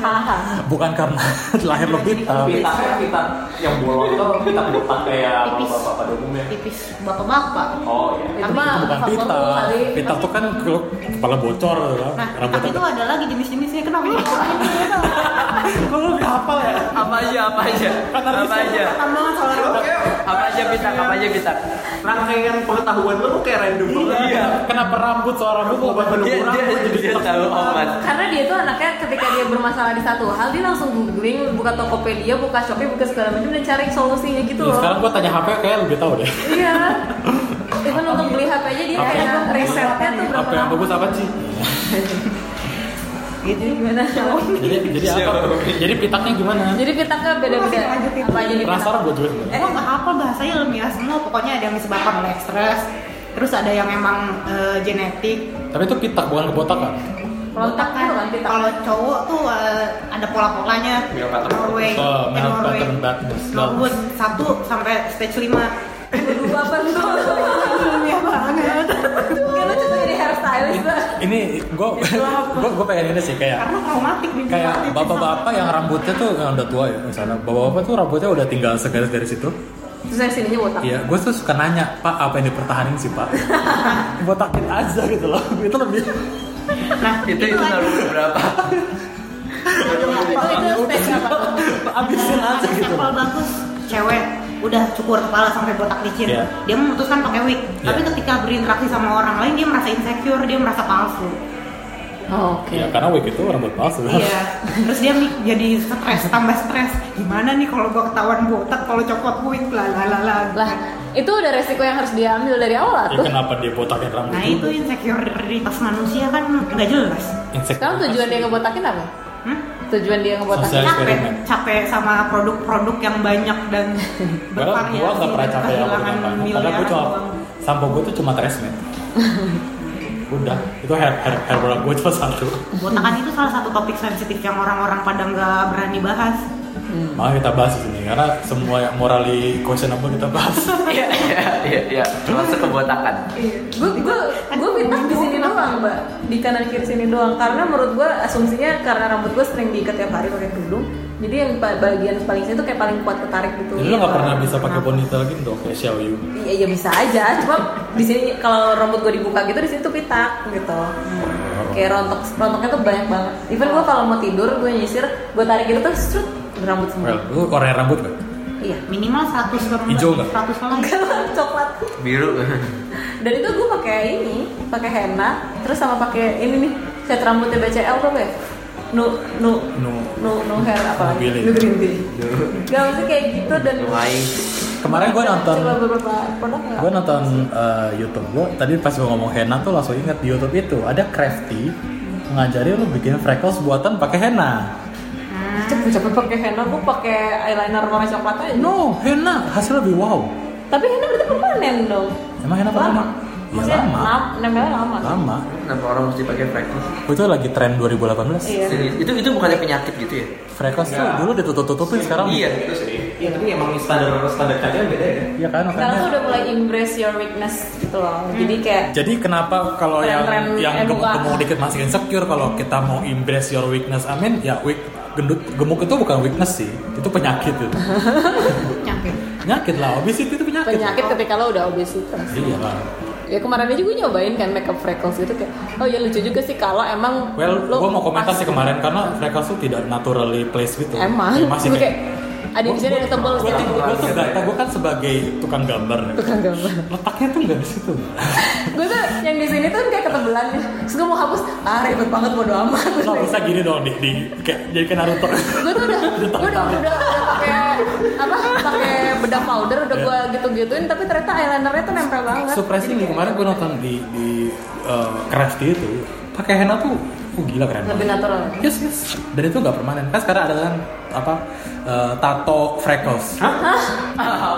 Speaker 4: hahaha
Speaker 3: Bukan karena lahir lo pitak.
Speaker 5: Pitaknya pitak yang bolong itu pitak botak kayak
Speaker 7: Tipis.
Speaker 5: bapak pada umumnya.
Speaker 7: tipis bapak-bapak
Speaker 5: Oh iya.
Speaker 4: itu
Speaker 7: Tapi
Speaker 4: mah
Speaker 7: itu
Speaker 3: Bukan
Speaker 4: faktor lu
Speaker 3: pitak.
Speaker 4: kali.
Speaker 3: Pitak tuh kan kalau kepala bocor ya.
Speaker 7: nah
Speaker 3: Rambut
Speaker 7: tapi itu
Speaker 3: atas.
Speaker 7: ada lagi jenis-jenisnya kenapa lu
Speaker 3: Kalau nggak hafal ya.
Speaker 8: apa aja apa aja apa aja
Speaker 7: tambahan soal rambut
Speaker 8: apa aja pitak apa aja pitak
Speaker 5: Rangkaian pengetahuan lo tuh kayak random banget.
Speaker 3: Iya. Kenapa rambut soal rambut lo buat
Speaker 8: dia
Speaker 3: menunggu
Speaker 8: dia
Speaker 3: rambut jadi
Speaker 8: dia tahu obat
Speaker 4: karena dia tuh anaknya ketika dia bermasalah di satu hal dia langsung googling buka tokopedia buka shopee buka segala macam dan cari solusinya gitu
Speaker 3: Ya,
Speaker 4: loh
Speaker 3: sekarang gua tanya HP kayak lebih tahu deh.
Speaker 4: iya even untuk beli hp aja dia
Speaker 3: Apa
Speaker 4: kayak risetnya tuh berapa
Speaker 3: HP yang
Speaker 4: lama
Speaker 3: bagus apa ya? sih?
Speaker 4: gitu gimana
Speaker 3: Jadi jadi apa? Jadi pitaknya gimana?
Speaker 4: jadi pitaknya beda-beda
Speaker 7: Masih lanjutin.
Speaker 4: apa aja di pitak
Speaker 3: Penasaran gua juga sebenarnya.
Speaker 7: Eh, nggak apa bahasanya ilmiah semua. Pokoknya ada yang disebabkan oleh stres. Terus ada yang emang eh, genetik.
Speaker 3: Tapi itu pitak bukan kebotakan.
Speaker 4: Rontak
Speaker 7: Kan
Speaker 4: gitu kan pitak
Speaker 7: Kalau cowok tuh eh, ada pola-polanya.
Speaker 5: Male pattern.
Speaker 7: Norway,
Speaker 3: Oh,
Speaker 7: eh,
Speaker 3: male
Speaker 7: Norway.
Speaker 3: pattern badness.
Speaker 7: Norwood satu sampai stage 5
Speaker 4: Aduh, apa tuh
Speaker 7: Ilmiah banget.
Speaker 4: Kayak lucu tuh jadi hairstylist lah
Speaker 3: Ini gua gua gua pengen ini sih kayak
Speaker 7: Karena traumatik di
Speaker 3: kayak bapak-bapak yang rambutnya tuh yang udah tua ya misalnya bapak-bapak tuh rambutnya udah tinggal segaris dari situ
Speaker 4: terus dari sininya botak
Speaker 3: iya gue tuh suka nanya pak apa yang dipertahanin sih pak botakin aja gitu loh itu lebih
Speaker 7: Nah,
Speaker 8: itu itu
Speaker 7: lagi.
Speaker 8: naruh berapa
Speaker 4: itu itu stage apa tuh?
Speaker 3: abisin aja
Speaker 7: Ada
Speaker 3: gitu
Speaker 7: sampel bagus cewek udah cukur kepala sampai botak licin
Speaker 3: Iya.
Speaker 7: dia memutuskan pakai wig tapi
Speaker 3: Iya.
Speaker 7: ketika berinteraksi sama orang lain dia merasa insecure dia merasa palsu
Speaker 4: Oh, oke
Speaker 3: ya karena wig itu rambut palsu
Speaker 7: iya terus dia mi- jadi stres tambah stres gimana nih kalau gua ketahuan botak kalau copot wig lah lah lah lah
Speaker 4: lah itu udah resiko yang harus diambil dari awal
Speaker 3: ya
Speaker 4: tuh
Speaker 3: kenapa dia botakin rambut
Speaker 7: nah itu insekuritas manusia kan nggak jelas
Speaker 3: insek
Speaker 4: sekarang tujuan dia ngebotakin apa
Speaker 7: hmm?
Speaker 4: tujuan dia ngebotakin
Speaker 3: Sosial.
Speaker 7: capek
Speaker 3: eksperimen.
Speaker 7: capek sama produk-produk yang banyak dan
Speaker 3: Padahal gue
Speaker 7: bervariasi
Speaker 3: gak pernah capek ya
Speaker 7: dan
Speaker 3: yang
Speaker 7: kehilangan
Speaker 3: banyak Karena
Speaker 7: miliaran
Speaker 3: gue cuma
Speaker 7: uang.
Speaker 3: Sampo gue tuh cuma tresmet Udah, itu hair, hair, hair product gue cuma satu
Speaker 7: Botakan itu salah satu topik sensitif yang orang-orang pada nggak berani bahas. Hmm.
Speaker 3: Makanya kita bahas di sini Karena semua yang morally questionable kita bahas
Speaker 8: iya iya iya iya termasuk kebotakan
Speaker 4: gue gue gue pitak di sini doang mbak di kanan kiri sini doang karena menurut gue asumsinya karena rambut gue sering diikat tiap hari pakai tudung jadi yang pa- bagian paling sini tuh kayak paling kuat ketarik gitu
Speaker 3: Jadi lo gak pernah bisa pakai ponytail gitu kayak Xiaoyu
Speaker 4: iya iya bisa aja cuma di sini kalau rambut gue dibuka gitu di sini tuh pitak gitu
Speaker 3: Oh.
Speaker 4: kayak rontok rontoknya tuh banyak banget even gue kalau mau tidur gue nyisir gue tarik gitu tuh strut rambut
Speaker 3: Well,
Speaker 4: semua
Speaker 3: lu orang rambut kan? gak?
Speaker 4: iya
Speaker 7: Minimal 100 ke
Speaker 3: Hijau nggak?
Speaker 7: 100 lagi.
Speaker 4: enggak lah, coklat
Speaker 8: biru
Speaker 4: dan itu gue pakai ini pakai henna terus sama pakai ini nih set rambutnya BCL tuh ya nu nu
Speaker 3: Nu.
Speaker 4: nu nu hair apa lagi
Speaker 3: Billy.
Speaker 4: nu green tea gak mesti kayak gitu dan
Speaker 8: lumayan
Speaker 3: Kemarin gue nonton
Speaker 4: coba beberapa produk nggak
Speaker 3: Gue nonton eh, Youtube gue Tadi pas gue ngomong henna tuh langsung inget di Youtube itu Ada Crafty Ngajari lu bikin freckles buatan pakai henna
Speaker 4: cepet cepet pakai henna gue pakai eyeliner warna coklat aja
Speaker 3: No, henna hasilnya lebih wow
Speaker 4: tapi henna berarti permanen dong
Speaker 3: Emang henna
Speaker 4: lama
Speaker 3: permanen? Ya,
Speaker 4: maksudnya
Speaker 3: lama.
Speaker 4: lama nempelnya lama
Speaker 3: Lama
Speaker 8: kenapa orang mesti pakai freckles
Speaker 3: Itu lagi tren 2018.
Speaker 4: iya
Speaker 8: Serius. itu itu bukannya penyakit gitu ya
Speaker 3: Freckles tuh dulu ditutup-tutupin sekarang.
Speaker 8: iya
Speaker 5: Itu sih. Iya tapi emang standar standar kalian beda ya.
Speaker 3: Iya kan
Speaker 4: sekarang tuh
Speaker 3: makanya.
Speaker 4: udah mulai embrace your weakness gitu loh
Speaker 3: Hmm.
Speaker 4: jadi kayak
Speaker 3: Jadi kenapa kalau yang
Speaker 4: Tren-tren
Speaker 3: yang
Speaker 4: MUA.
Speaker 3: gemuk-gemuk dikit masih insecure kalau kita mau embrace your weakness, amin ya weak gendut gemuk itu bukan weakness sih, itu penyakit itu.
Speaker 7: Nyampe.
Speaker 3: penyakit lah, obesity itu penyakit.
Speaker 4: penyakit ketika lo udah obesitas
Speaker 3: Iya lah.
Speaker 4: ya kemarin aja gue nyobain kan makeup freckles gitu kayak oh ya lucu juga sih kalau emang
Speaker 3: Well,
Speaker 4: lo
Speaker 3: gue mau komentar
Speaker 4: pas-
Speaker 3: sih kemarin karena freckles tuh tidak naturally placed gitu.
Speaker 4: emang
Speaker 3: Kayak masih
Speaker 4: Gue
Speaker 3: kayak,
Speaker 4: kayak Ada di sini ada tebel
Speaker 3: Gue
Speaker 4: sih.
Speaker 3: tuh gue tuh gak tau, gue kan sebagai tukang gambar nih.
Speaker 4: Tukang gambar.
Speaker 3: Letaknya tuh nggak di situ.
Speaker 4: Gue tuh yang di sini tuh kayak ketebelan. Terus gue mau hapus, ah ribet banget bodo amat.
Speaker 3: Lo bisa gini dong di, di kayak jadi kayak Naruto.
Speaker 4: gue tuh udah gue
Speaker 3: ya?
Speaker 4: udah udah udah pakai apa pakai bedak powder udah gue
Speaker 3: Iya.
Speaker 4: gitu gituin tapi ternyata eyelinernya tuh nempel banget
Speaker 3: Surprising nih, kemarin gue nonton di di eh, Craft itu pakai henna tuh, oh gila keren
Speaker 4: lebih
Speaker 3: banget.
Speaker 4: natural
Speaker 3: Yes yes. Dan itu nggak permanen. Kan sekarang ada kan apa eh, tato freckles.
Speaker 8: Oh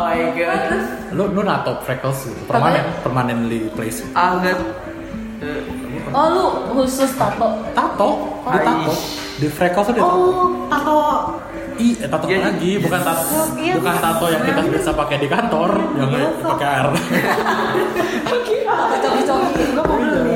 Speaker 8: my god.
Speaker 3: Lu lu nato freckles gitu. Permanen,
Speaker 4: Tatonya?
Speaker 3: permanently placed.
Speaker 8: Ah enggak. Eh,
Speaker 4: oh lu khusus tato
Speaker 3: Tato, di tato, di freckles tuh di tato.
Speaker 7: Oh, tato
Speaker 3: I, eh, tato
Speaker 8: Iya,
Speaker 3: lagi, bukan tato,
Speaker 7: Iya,
Speaker 3: bukan
Speaker 7: iya.
Speaker 3: tato yang kita biasa pakai di kantor, yang
Speaker 7: Biasa.
Speaker 3: pakai air.
Speaker 4: coki coki gue mau beli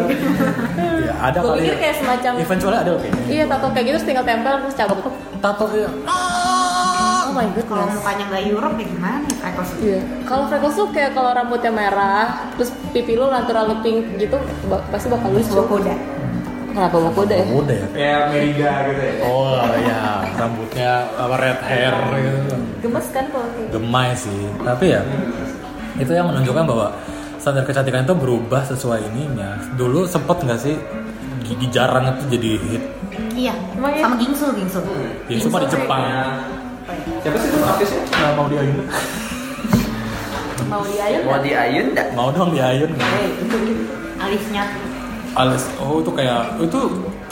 Speaker 3: ya, ada
Speaker 4: gue
Speaker 3: kali.
Speaker 4: pikir kayak semacam
Speaker 3: Eventualnya ada oke.
Speaker 4: iya tato kayak gitu terus tinggal tempel terus cabut
Speaker 3: Tato ya.
Speaker 4: oh my
Speaker 7: kalau
Speaker 4: goodness
Speaker 7: mukanya nggak Europe ya gimana ya freckles?
Speaker 4: Iya. Kalau freckles tuh kayak kalau rambutnya merah, terus pipi lu natural pink gitu, ba- pasti bakal lucu.
Speaker 7: Sebuah kuda.
Speaker 4: Kenapa mau kuda ya?
Speaker 3: Muda ya.
Speaker 5: kayak Merida gitu ya
Speaker 3: Oh ya, rambutnya apa red hair gitu.
Speaker 4: Gemes kan kalau kayak gitu.
Speaker 3: Gemai sih. Tapi ya itu yang menunjukkan bahwa standar kecantikan itu berubah sesuai ininya. Dulu sempet nggak sih gigi jarang itu jadi hit.
Speaker 7: Iya,
Speaker 4: Emang ya?
Speaker 7: sama gingsu, gingsu.
Speaker 3: Ya, cuma di Jepang.
Speaker 5: Ah. siapa sih tuh artisnya
Speaker 3: Nah, mau diayun?
Speaker 4: mau diayun
Speaker 8: mau diayun enggak?
Speaker 3: Mau dong diayun.
Speaker 7: Alisnya
Speaker 3: alis oh itu kayak itu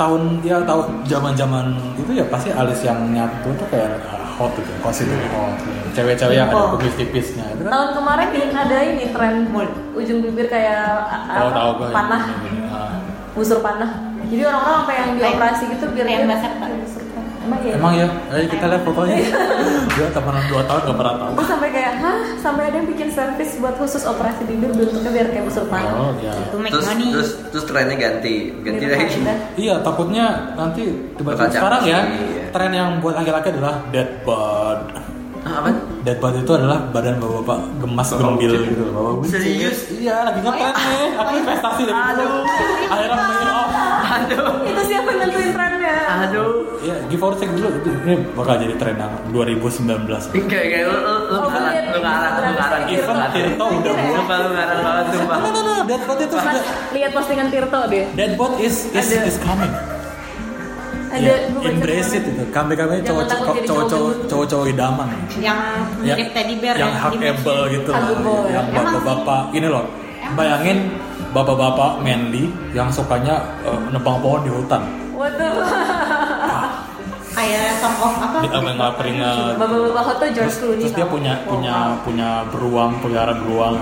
Speaker 3: tahun dia tahu zaman zaman itu ya pasti alis yang nyatu tuh kayak uh, hot Oh. gitu kosi itu hot cewek-cewek yang ada kumis tipisnya itu kan
Speaker 8: Oh,
Speaker 4: Tahun kemarin ada ini tren ujung bibir kayak a-
Speaker 3: oh
Speaker 4: apa,
Speaker 3: tahu gue
Speaker 4: panah,
Speaker 3: Ah.
Speaker 4: busur panah. Jadi orang-orang apa yang dioperasi gitu biar
Speaker 7: Kayak
Speaker 4: dia-
Speaker 7: Mbak Serta.
Speaker 4: busur panah. Emang ya?
Speaker 3: emang ya ayo kita lihat fotonya dia temenan dua tahun gak pernah tahu
Speaker 4: Gue sampai kayak, hah? Sampai ada yang bikin service buat khusus operasi bibir bentuknya biar kayak busur panah.
Speaker 3: oh
Speaker 8: iya.
Speaker 3: ya
Speaker 7: itu make
Speaker 8: Terus
Speaker 7: money.
Speaker 8: terus terus trennya ganti, ganti
Speaker 4: Biar
Speaker 8: lagi.
Speaker 4: ada.
Speaker 3: iya takutnya nanti tiba-tiba
Speaker 8: Bakal
Speaker 3: sekarang ya
Speaker 8: capek, iya.
Speaker 3: tren yang buat laki-laki adalah dead bod
Speaker 8: Ah, apa?
Speaker 3: dead bod itu adalah badan bapak-bapak gemas gembil gitu loh bapak buncit.
Speaker 8: Serius?
Speaker 3: iya
Speaker 4: Oh,
Speaker 3: lagi ngetren nih aku investasi dari dulu akhirnya oh, mending off
Speaker 4: Itu siapa nentuin trennya?
Speaker 8: Aduh.
Speaker 3: Ya, give or take dulu itu ini bakal jadi tren yang 2019.
Speaker 8: Kayak kayak lu lu lu
Speaker 4: Oh,
Speaker 8: ngarang,
Speaker 7: iya,
Speaker 4: lihat.
Speaker 8: lu ngarang, lu ngarang.
Speaker 4: Even
Speaker 8: Lu ngarang.
Speaker 3: Tirto udah buat.
Speaker 8: Sumpah lu ngarang banget sumpah.
Speaker 3: No no no, deadbot itu
Speaker 4: Mas,
Speaker 3: sudah
Speaker 4: lihat postingan Tirto deh.
Speaker 3: deadbot is is
Speaker 4: Ada.
Speaker 3: is coming.
Speaker 4: Ada
Speaker 3: Ya, embrace it itu. Kami-kami
Speaker 4: Jangan takut
Speaker 3: cowok-cowok
Speaker 4: jadi
Speaker 3: cowok-cowok
Speaker 4: cowok
Speaker 3: cowok-cowok idaman.
Speaker 7: yang
Speaker 3: Ya,
Speaker 7: mirip teddy bear
Speaker 3: yang
Speaker 7: di
Speaker 3: huggable
Speaker 7: mansion.
Speaker 3: gitu loh.
Speaker 4: Huggable, ya.
Speaker 3: Yang
Speaker 7: Emang sih.
Speaker 3: bapak-bapak ini loh. Bayangin bapak-bapak manly yang sukanya eh, nebang pohon di hutan.
Speaker 4: Waduh,
Speaker 7: kayak song of apa
Speaker 3: Dia eh, nggak
Speaker 4: iya,
Speaker 3: keringat.
Speaker 4: bapak-bapak foto George
Speaker 3: Terus,
Speaker 4: Clooney.
Speaker 3: terus dia
Speaker 4: tau.
Speaker 3: punya
Speaker 4: Wow.
Speaker 3: punya punya beruang pelihara beruang.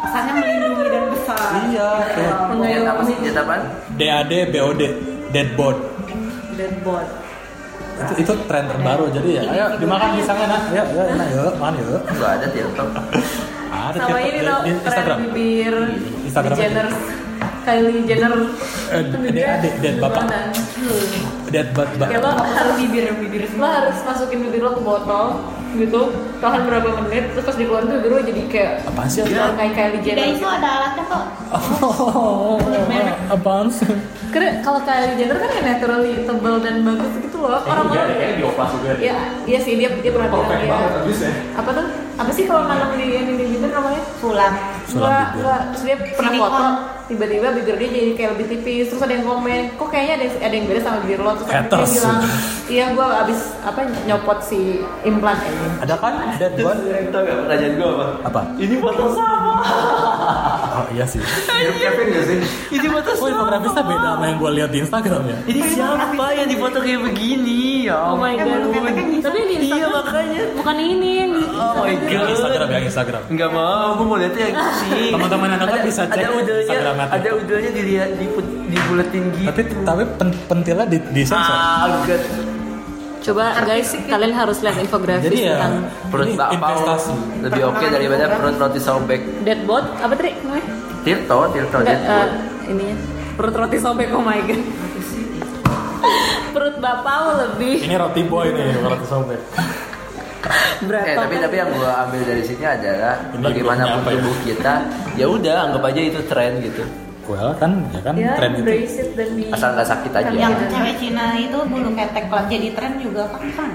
Speaker 7: kesannya melindungi dan besar
Speaker 3: Iya, kayak
Speaker 8: Nyet apa sih? Nyet apaan?
Speaker 3: DAD BOD deadboard
Speaker 4: dead bod.
Speaker 3: itu, itu tren terbaru jadi ya ayo dimakan pisangnya nah ya ya enak yuk makan yuk
Speaker 8: Gak ada tiap
Speaker 3: ada
Speaker 4: Sama
Speaker 3: tiap-
Speaker 4: ini
Speaker 3: di-
Speaker 4: loh,
Speaker 3: di
Speaker 4: tren
Speaker 3: Instagram
Speaker 4: bibir
Speaker 3: Instagram
Speaker 4: di Jenner. Kylie Jenner.
Speaker 3: Eh,
Speaker 4: Itu
Speaker 3: dia-
Speaker 4: bibirnya
Speaker 3: dia- dia bapak.
Speaker 4: gimana? Hmm.
Speaker 3: dead bot bot.
Speaker 4: Ya lo harus
Speaker 7: bibir bibir
Speaker 4: lo harus masukin bibir lo ke botol gitu tahan berapa menit terus pas dikeluarin tuh bibir lo jadi kayak
Speaker 3: apaan sih
Speaker 4: Kayak kayak Kylie
Speaker 7: tidak
Speaker 4: Jenner
Speaker 7: itu ada alatnya kok
Speaker 3: oh, apaan sih
Speaker 4: Karena kalau Kylie Jenner kan kayak naturally tebel dan bagus gitu
Speaker 3: Eh,
Speaker 4: loh
Speaker 5: Enggak deh,
Speaker 4: orang-orang
Speaker 5: kayaknya dioperasi juga deh.
Speaker 4: Iya, iya sih dia dia pernah bilang
Speaker 5: Perfect
Speaker 4: dia.
Speaker 5: banget
Speaker 3: ya.
Speaker 5: abisnya.
Speaker 4: Apa tuh? Apa sih kalau nanam di ini di bibir namanya?
Speaker 7: sulam
Speaker 3: Sulam
Speaker 4: Enggak,
Speaker 3: bibir.
Speaker 4: enggak. Terus dia pernah
Speaker 7: Silikon.
Speaker 4: foto tiba-tiba bibir dia jadi kayak lebih tipis terus ada yang komen kok kayaknya ada ada yang beda sama bibir lo terus akhirnya dia
Speaker 3: Haters.
Speaker 4: bilang iya gua abis apa nyopot si implan ini
Speaker 3: ada kan dead bot
Speaker 8: Tau gak pertanyaan gue apa?
Speaker 3: apa
Speaker 8: Ini foto sama.
Speaker 3: oh iya sih
Speaker 8: Mirip Kevin gak sih? Ini foto
Speaker 3: oh infografisnya beda sama yang gue lihat di Instagram ya
Speaker 8: Ini siapa yang di foto kayak begini? Ya
Speaker 4: oh my god tapi di
Speaker 8: Iya
Speaker 4: Instagram
Speaker 8: makanya.
Speaker 4: bukan ini yang di
Speaker 8: Oh my
Speaker 3: yang Instagram ya,
Speaker 8: god.
Speaker 3: yang Instagram
Speaker 8: Enggak mau, gue mau lihatnya yang sini.
Speaker 3: Teman-teman anak kan bisa cek
Speaker 8: ada udelnya,
Speaker 3: Instagram
Speaker 8: ada udelnya dilihat di dibuletin gitu.
Speaker 3: tapi tapi pen- pentilnya di, di sensor
Speaker 8: ah, god.
Speaker 4: coba guys kalian harus lihat infografis
Speaker 3: jadi ya
Speaker 4: tentang
Speaker 8: Perut
Speaker 3: ini
Speaker 8: bakpao
Speaker 3: investasi
Speaker 8: lebih oke daripada perut roti sobek.
Speaker 4: deadbot apa tadi namanya
Speaker 8: Tirto, Tirto,
Speaker 4: Enggak,
Speaker 8: Tirto.
Speaker 4: eh, ininya perut roti sobek oh my god perut bapak lebih
Speaker 3: ini roti boy nih roti sobek
Speaker 4: berat
Speaker 8: Eh, tapi tapi yang gua ambil dari sini adalah
Speaker 3: Ini
Speaker 8: bagaimana
Speaker 3: belum nyampe
Speaker 2: ya
Speaker 8: tubuh kita ya udah anggap aja itu tren gitu.
Speaker 3: sequel kan ya kan
Speaker 4: Iya,
Speaker 9: Ya,
Speaker 3: tren itu
Speaker 9: embrace it dan di
Speaker 2: Asal nggak sakit aja.
Speaker 7: yang cewek Cina itu bulu ketek lah jadi tren juga kan kan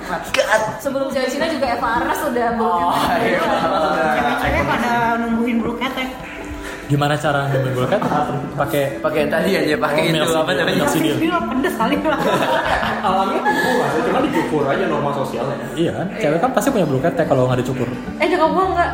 Speaker 4: Sebelum cewek Cina juga Eva Arnas sudah oh,
Speaker 7: cewek-cewek pada nungguin bulu ketek
Speaker 3: gimana cara ngambil bulu ketek pakai
Speaker 2: Pakai yang tadi aja, pakai
Speaker 3: Oh,
Speaker 2: itu
Speaker 3: milk
Speaker 2: apa
Speaker 3: sih,
Speaker 2: namanya?
Speaker 3: milk sih. Sidil.
Speaker 7: Sidil pedes kali lah
Speaker 5: Alamnya cukur lah, cuma dicukur aja norma sosialnya.
Speaker 3: iya kan cewek kan pasti punya bulu ketek kalau nggak dicukur
Speaker 4: Eh nyokap gua enggak.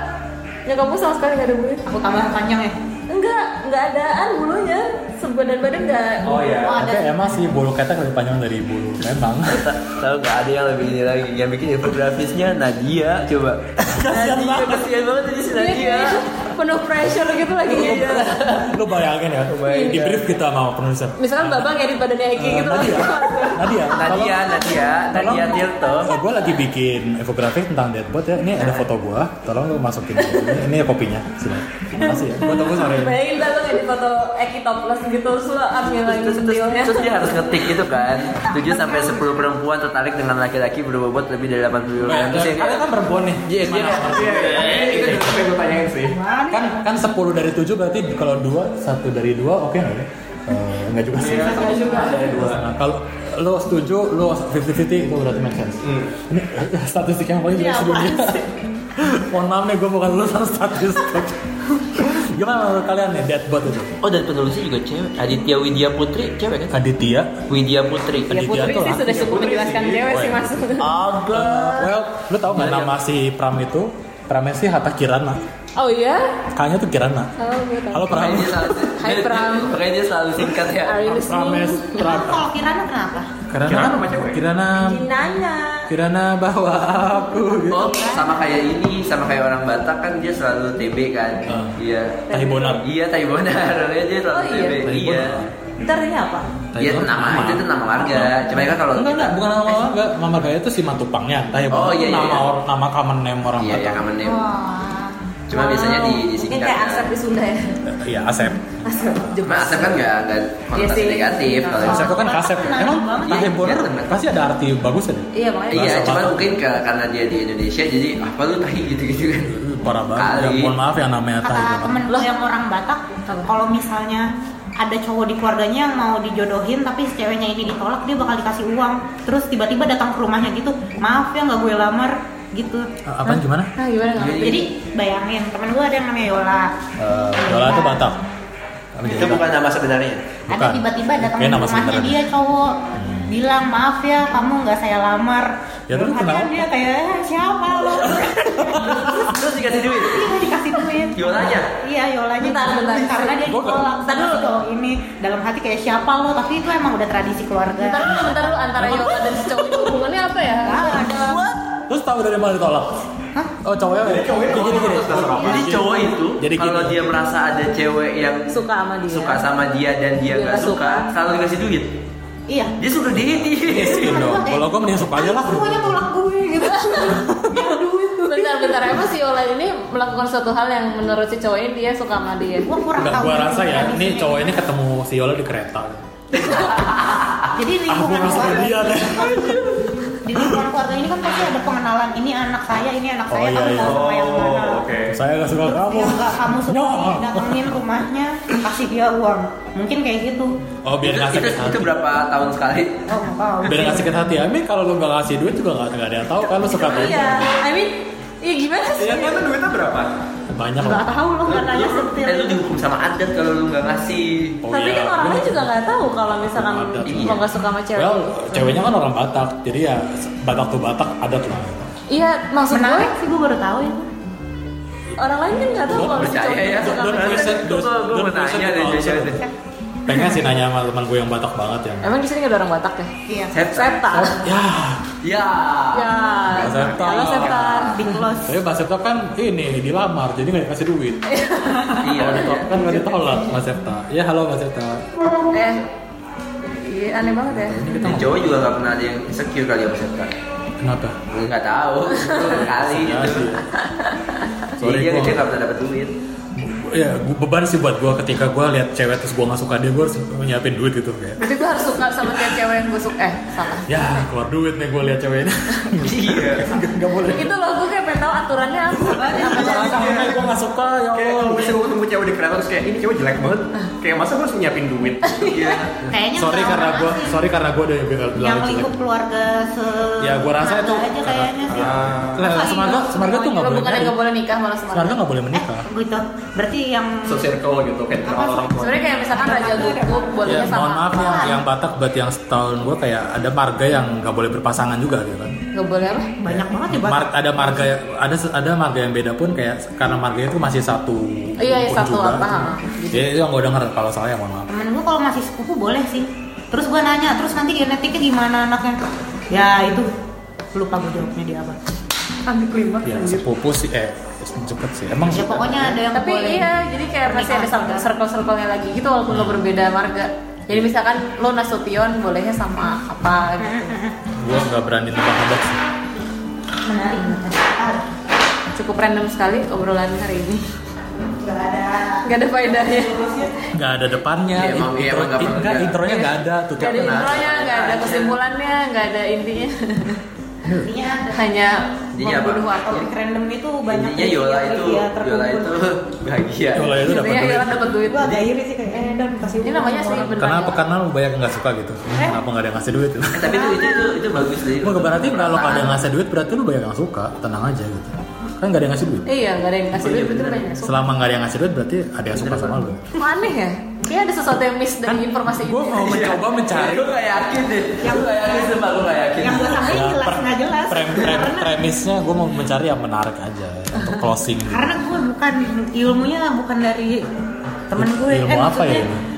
Speaker 4: Nyokap gua sama sekali enggak ada bulu.
Speaker 7: aku tambah panjang ya
Speaker 4: Enggak, enggak adaan bulunya. Sebadan badan enggak.
Speaker 5: Oh iya.
Speaker 7: oh
Speaker 3: tapi
Speaker 7: ada
Speaker 3: emang sih bulu ketek lebih panjang dari bulu memang
Speaker 2: Ta- Tahu nggak ada yang lebih ini lagi yang bikin infografisnya Nadia coba.
Speaker 3: Kasihan
Speaker 2: Nadia
Speaker 3: banget.
Speaker 2: kasihan banget ini si
Speaker 4: Dia
Speaker 2: Nadia.
Speaker 4: kayak penuh pressure gitu lagi
Speaker 3: lu bayangin ya di brief kita sama penulisan
Speaker 4: Misalkan Babang edit badannya Eki
Speaker 3: Eh,
Speaker 4: gitu
Speaker 3: Nadia Nadia tolong-
Speaker 2: Nadia, Nadia,
Speaker 3: tolong-
Speaker 2: Nadia Tirto.
Speaker 3: Nah, gue lagi bikin infografis tentang deadbot ya. Ini ada foto gue. Tolong lu masukin. Ini, ini kopinya. Sini. Makasih ya. Foto gue sore ini.
Speaker 4: Bayangin Babang edit foto Eki topless gitu Terus lo ambil lagi
Speaker 2: Terus, terus,
Speaker 4: sentilnya
Speaker 2: terus dia harus ngetik gitu kan 7 sampai 10 perempuan tertarik dengan laki-laki berbobot lebih dari 80 kg
Speaker 3: Nah,
Speaker 2: Terus dia
Speaker 3: Kalian
Speaker 2: kayak
Speaker 3: kan perempuan nih.
Speaker 2: Iya, dia kayak
Speaker 5: Itu juga yang gue tanyain sih.
Speaker 3: Kan kan 10 dari 7 berarti kalau 2 1 dari 2 oke enggak ya? Eh, enggak juga
Speaker 2: Iya,
Speaker 3: sih.
Speaker 5: Ada dua.
Speaker 3: Nah, kalau lo setuju, lo 50-50 itu berarti make sense.
Speaker 2: Hmm.
Speaker 3: Ini eh, statistik yang paling jelek sedunia. Mohon maaf nih, gue bukan lulusan statistik. Gimana menurut kalian nih deadbot itu?
Speaker 2: Oh dan penulisnya juga cewek Aditya Widya Putri cewek kan?
Speaker 3: Aditya,
Speaker 2: Widya Iya, Putri
Speaker 4: Ya Putri
Speaker 3: tuh
Speaker 4: sih
Speaker 3: lah.
Speaker 4: sudah cukup menjelaskan cewek sih mas
Speaker 2: Ada
Speaker 3: Uh, well, lu tau
Speaker 2: Iya,
Speaker 3: nggak nama si Pram itu? Pramnya sih Hatta Kirana.
Speaker 4: Oh iya?
Speaker 3: Kayaknya tuh Kirana.
Speaker 4: Oh gue tahu.
Speaker 3: Halo Pram.
Speaker 2: Makanya dia selalu
Speaker 4: Hai, Pram.
Speaker 2: Makanya dia selalu singkat ya
Speaker 4: Are you listening?
Speaker 3: Prames Pram.
Speaker 7: kalau Kirana kenapa
Speaker 3: Kirana, Kirana,
Speaker 4: Ginana
Speaker 3: Kirana bawa aku. Gitu.
Speaker 2: Oh sama kayak ini Sama kayak orang Batak kan dia selalu TB kan
Speaker 3: Ah.
Speaker 2: Iya
Speaker 3: Tahi Bonar.
Speaker 2: Iya Tahi Bonar Dia selalu
Speaker 4: Oh, iya.
Speaker 2: TB
Speaker 3: Tahi
Speaker 2: Iya
Speaker 3: Bonar.
Speaker 7: ntar ini apa
Speaker 3: Tahi
Speaker 2: Iya
Speaker 3: Bonar
Speaker 2: nama
Speaker 3: nama.
Speaker 2: Itu tuh nama warga Cuma kan kalau kita-
Speaker 3: Enggak, enggak, bukan nama orang, enggak. Nama gaya itu si Matupangnya. Tapi
Speaker 2: Oh, iya, iya,
Speaker 3: nama
Speaker 2: iya.
Speaker 3: or- nama common name orang
Speaker 2: Iya, ya
Speaker 3: Batak.
Speaker 2: common name.
Speaker 7: wah
Speaker 2: Cuma biasanya di kan. di
Speaker 4: Ini
Speaker 2: sini
Speaker 4: kayak asap di Sunda ya
Speaker 3: Eh, Iya, Asep.
Speaker 4: Asap
Speaker 2: Cuma asap kan nggak nggak konotasi
Speaker 4: sih.
Speaker 2: negatif kalau
Speaker 3: Asep itu kan Kasep.
Speaker 7: Kenal
Speaker 3: Emang
Speaker 7: banget.
Speaker 3: Tahi Bonar
Speaker 2: Iya, temen.
Speaker 3: pasti ada arti bagus ya.
Speaker 4: Iya makanya
Speaker 2: Iya,
Speaker 3: Bahasa
Speaker 2: cuman
Speaker 3: Batak.
Speaker 2: mungkin ke- karena dia di Indonesia jadi apa lu tahi gitu-gitu kan.
Speaker 3: Parah banget. Ya,
Speaker 2: Kali.
Speaker 3: mohon maaf ya namanya Tahi
Speaker 7: kata
Speaker 3: Bonar.
Speaker 7: temen gue yang orang Batak kalau misalnya ada cowok di keluarganya yang mau dijodohin tapi si ceweknya ini ditolak dia bakal dikasih uang terus tiba-tiba datang ke rumahnya gitu maaf ya nggak gue lamar gitu
Speaker 3: Eh, Apa gimana?
Speaker 4: Nah gimana nggak?
Speaker 7: jadi bayangin temen gue ada yang namanya Yola
Speaker 3: Eh, Yola itu Batak. Apa
Speaker 2: Itu
Speaker 3: jadi
Speaker 2: bukan nama sebenarnya.
Speaker 7: ada
Speaker 3: Bukan.
Speaker 7: tiba-tiba datang ke
Speaker 3: Kayak nama
Speaker 7: rumahnya
Speaker 3: sebenarnya. Hmm.
Speaker 7: dia cowok bilang maaf ya kamu nggak saya lamar
Speaker 3: Ya, terus
Speaker 7: Berarti kan
Speaker 3: kenapa?
Speaker 7: dia kayak "Eh, siapa lo
Speaker 2: Terus dikasih duit.
Speaker 7: Iya dikasih duit.
Speaker 2: Yolanya?
Speaker 7: Iya Yolanya.
Speaker 4: Bentar, bentar.
Speaker 7: Karena dia
Speaker 3: Gua-
Speaker 7: ditolak.
Speaker 4: Bentar dulu.
Speaker 7: Terus kalau ini dalam hati kayak siapa lo? Tapi itu emang udah tradisi keluarga.
Speaker 4: Bentar dulu, bentar dulu antara Yola dan si cowok itu hubungannya apa ya?
Speaker 7: Nggak ada.
Speaker 3: Terus tahu dari mana ditolak?
Speaker 7: Hah?
Speaker 3: Oh cowoknya gini gini. gini.
Speaker 2: Jadi cowok itu
Speaker 3: Jadi gini.
Speaker 2: kalau dia merasa ada cewek yang
Speaker 4: Suka sama dia.
Speaker 2: suka sama dia dan dia
Speaker 4: Dia
Speaker 2: nggak
Speaker 4: nggak
Speaker 2: suka,
Speaker 4: suka.
Speaker 2: selalu dikasih duit.
Speaker 7: Iya.
Speaker 2: Dia suka diet.
Speaker 3: Iya dong. Kalau gue mending suka aja Iya lah.
Speaker 7: Semuanya tolak gue gitu.
Speaker 4: Bentar, bentar. Emang si Yola ini melakukan suatu hal yang menurut si cowoknya dia suka sama dia.
Speaker 7: Gue kurang
Speaker 3: Udah
Speaker 7: tahu.
Speaker 3: gue rasa ya,
Speaker 7: tradisinya.
Speaker 3: ini cowok ini ketemu si Yola di kereta.
Speaker 7: Jadi
Speaker 2: Iya,
Speaker 3: Ah, gue
Speaker 7: lingkungan
Speaker 3: merasa
Speaker 7: keluarga.
Speaker 3: berlebihan ya.
Speaker 7: Di lingkungan keluarga ini kan pasti ada pengenalan. Ini anak saya, ini anak
Speaker 3: Oh,
Speaker 7: saya.
Speaker 3: iya,
Speaker 7: Kamu
Speaker 3: iya.
Speaker 7: mau sama yang mana?
Speaker 5: Oh,
Speaker 3: Saya gak suka kamu.
Speaker 7: Yang
Speaker 2: Iya.
Speaker 7: nggak kamu suka
Speaker 3: Nyok.
Speaker 7: datengin rumahnya, kasih dia uang. Mungkin kayak gitu.
Speaker 3: Oh biar
Speaker 2: Itu,
Speaker 3: gak
Speaker 2: itu,
Speaker 3: sakit hati.
Speaker 2: itu berapa tahun sekali?
Speaker 7: Oh, nggak tahu.
Speaker 3: Biar gak sakit hati. I mean kalau lu gak ngasih duit juga gak, gak ada yang tahu kan lu suka kamu.
Speaker 4: Iya, I mean, ya gimana sih?
Speaker 5: Iya, kan duitnya berapa?
Speaker 3: Banyak
Speaker 7: Nggak
Speaker 3: lah.
Speaker 2: Iya.
Speaker 7: tahu lo nggak nanya setir.
Speaker 2: Dan lu dihukum sama adat kalau lu nggak ngasih.
Speaker 3: Oh,
Speaker 4: Tapi
Speaker 3: iya.
Speaker 4: kan orangnya juga nggak tahu kalau misalkan
Speaker 3: Ada.
Speaker 4: kalau nggak suka sama cewek.
Speaker 3: Well, ceweknya kan orang Batak, jadi ya Batak tuh Batak adat lah.
Speaker 4: Iya, maksud gue
Speaker 7: Menarik sih gue baru tahu itu.
Speaker 4: orang lain kan nggak tahu
Speaker 3: Gua
Speaker 4: kalau si
Speaker 2: percaya
Speaker 4: cowoknya
Speaker 2: ya.
Speaker 4: suka sama
Speaker 3: Don't
Speaker 2: Menarik.
Speaker 4: cewek.
Speaker 3: question,
Speaker 2: Gua-
Speaker 3: don't,
Speaker 2: gua
Speaker 3: don't
Speaker 2: mau
Speaker 3: question
Speaker 2: nanya
Speaker 3: the
Speaker 2: deh,
Speaker 3: answer.
Speaker 2: Jason.
Speaker 3: Pengen sih nanya sama teman gue yang Batak banget ya.
Speaker 4: Emang di sini nggak ada orang Batak ya?
Speaker 7: Iya.
Speaker 4: Septa.
Speaker 3: Ya,
Speaker 2: Ya.
Speaker 4: Ya.
Speaker 3: Septa.
Speaker 4: Halo Septa.
Speaker 7: Big loss.
Speaker 3: tapi Mas Septa kan ini dilamar, jadi gak dikasih duit.
Speaker 2: Iya.
Speaker 3: Kalau kan gak ditolak Mas Septa. Ya halo Mas Septa.
Speaker 4: Eh, iya aneh banget ya.
Speaker 2: Dan cowok juga nggak pernah ada yang insecure kali ya maksudnya.
Speaker 3: Kenapa?
Speaker 2: Gue nggak tahu. Kali
Speaker 3: Ya,
Speaker 2: gitu.
Speaker 3: sih.
Speaker 2: Jadi
Speaker 3: Sorry,
Speaker 2: dia
Speaker 3: gua-
Speaker 2: dia nggak pernah dapat duit.
Speaker 3: ya gua- beban sih buat gue ketika gue lihat cewek terus gue nggak suka dia gue harus nyiapin duit gitu kayak
Speaker 4: Berarti gue harus suka sama tiap cewek yang gue suka. Eh, salah.
Speaker 3: ya keluar duit nih gue lihat cewek ini
Speaker 2: Iya.
Speaker 3: nggak boleh
Speaker 4: Itu loh gue kayak pengen tahu aturannya apa. Nah,
Speaker 3: Sampai gue nggak suka ya
Speaker 5: Kayak
Speaker 3: Allah.
Speaker 5: kalau misalnya gue ketemu cewek di kereta terus kayak ini cewek jelek banget Kayak masa gue harus nyiapin duit Iya
Speaker 7: Kayaknya
Speaker 3: Sorry
Speaker 7: bukan
Speaker 3: karena
Speaker 7: orang
Speaker 3: gue,
Speaker 7: asing.
Speaker 3: sorry karena gue udah bilang
Speaker 7: yang
Speaker 3: bilang
Speaker 7: lingkup
Speaker 3: jelek.
Speaker 7: keluarga se
Speaker 3: Ya gue rasa itu. ya,
Speaker 7: aja kayaknya sih. Eh,
Speaker 3: Lah, Semarga, Semarga tuh nggak boleh.
Speaker 4: Kalau bukan yang
Speaker 3: nyari.
Speaker 4: gitu? nggak boleh nikah malah
Speaker 3: Semarga
Speaker 4: Semarga.
Speaker 3: nggak boleh
Speaker 7: Eh,
Speaker 3: menikah.
Speaker 7: gitu. Berarti yang
Speaker 5: So circle gitu kayak kenal orang tua
Speaker 4: Sebenarnya kayak misalkan raja gugup
Speaker 3: Ya,
Speaker 4: bolehnya sama.
Speaker 3: mohon maaf yang
Speaker 4: apaan.
Speaker 3: yang Batak buat yang setahun gue kayak ada marga yang nggak boleh berpasangan juga gitu kan.
Speaker 4: nggak boleh apa?
Speaker 7: banyak banget ya Bang.
Speaker 3: Mar- ada marga ada ada marga yang beda pun kayak karena marganya itu masih satu.
Speaker 4: Iya, iya,
Speaker 3: pun
Speaker 4: satu
Speaker 3: juga.
Speaker 4: apa,
Speaker 3: Jadi itu yang gue denger kalau salah ya mohon maaf.
Speaker 7: Temen gue kalau masih sepupu boleh sih. Terus gue nanya, terus nanti genetiknya gimana anaknya? Ya itu lupa gue jawabnya dia apa.
Speaker 4: Anti klimaks.
Speaker 3: Ya sepupu sih eh cepet sih. Emang
Speaker 7: Ya pokoknya ada yang
Speaker 4: Tapi
Speaker 7: boleh.
Speaker 4: iya, jadi kayak masih ada
Speaker 7: Pernikahan.
Speaker 4: circle-circle-nya lagi gitu walaupun lo berbeda marga. Jadi misalkan lo nasution bolehnya sama apa gitu.
Speaker 3: gue nggak berani nebak-nebak sih.
Speaker 7: menarik. Ah,
Speaker 4: Cukup random sekali obrolan hari ini.
Speaker 7: nggak ada.
Speaker 4: Gak ada faedahnya.
Speaker 3: Nggak ada depannya.
Speaker 2: Iya, emang- iya,
Speaker 3: intro,
Speaker 2: emang nggak
Speaker 3: nggak,
Speaker 2: pernah.
Speaker 3: intronya nggak ada. Tutup
Speaker 4: Gak ada iya, intronya, gak ada kesimpulannya, gak ada intinya.
Speaker 7: Intinya ada.
Speaker 4: Hanya
Speaker 2: Intinya apa?
Speaker 4: membunuh waktu.
Speaker 7: Topik random itu banyak
Speaker 2: Intinya Yola itu
Speaker 7: trivia
Speaker 2: Yola
Speaker 7: terkumpul.
Speaker 2: itu bahagia.
Speaker 3: Kalau itu dapat
Speaker 4: Intinya
Speaker 3: duit.
Speaker 4: Yola dapat duit.
Speaker 7: Gue agak iri sih kayak, eh dan kasih
Speaker 4: Iya, Ini namanya sih beneran.
Speaker 3: Kenapa? Karena lu banyak yang nggak suka gitu. Kenapa nggak ada yang ngasih duit?
Speaker 2: Eh, tapi itu itu itu, itu bagus sih.
Speaker 3: Lu berarti kalau nggak ada yang ngasih duit berarti lu banyak yang suka. Tenang aja gitu. Kan nggak ada yang ngasih duit.
Speaker 4: Iya, gak ada yang ngasih duit, betul banyak.
Speaker 3: Selama nggak ada yang ngasih duit berarti ada yang suka sama lu.
Speaker 4: Kok Aneh ya? Kayak ada sesuatu yang miss dari informasi ini.
Speaker 3: Gue mau mencoba mencari
Speaker 2: Gue gak yakin deh. Gue gak yakin sumpah gue gak yakin.
Speaker 7: yang gue sampaikan
Speaker 3: Ya,
Speaker 7: Ah, jelas
Speaker 3: per-
Speaker 7: nggak jelas
Speaker 3: prem- prem-
Speaker 7: karena
Speaker 3: premisnya gue mau mencari yang menarik aja untuk closing gitu.
Speaker 7: karena gue bukan ilmunya bukan dari temen gue Eh,
Speaker 3: ilmu apa ya
Speaker 7: maksudnya
Speaker 3: ini?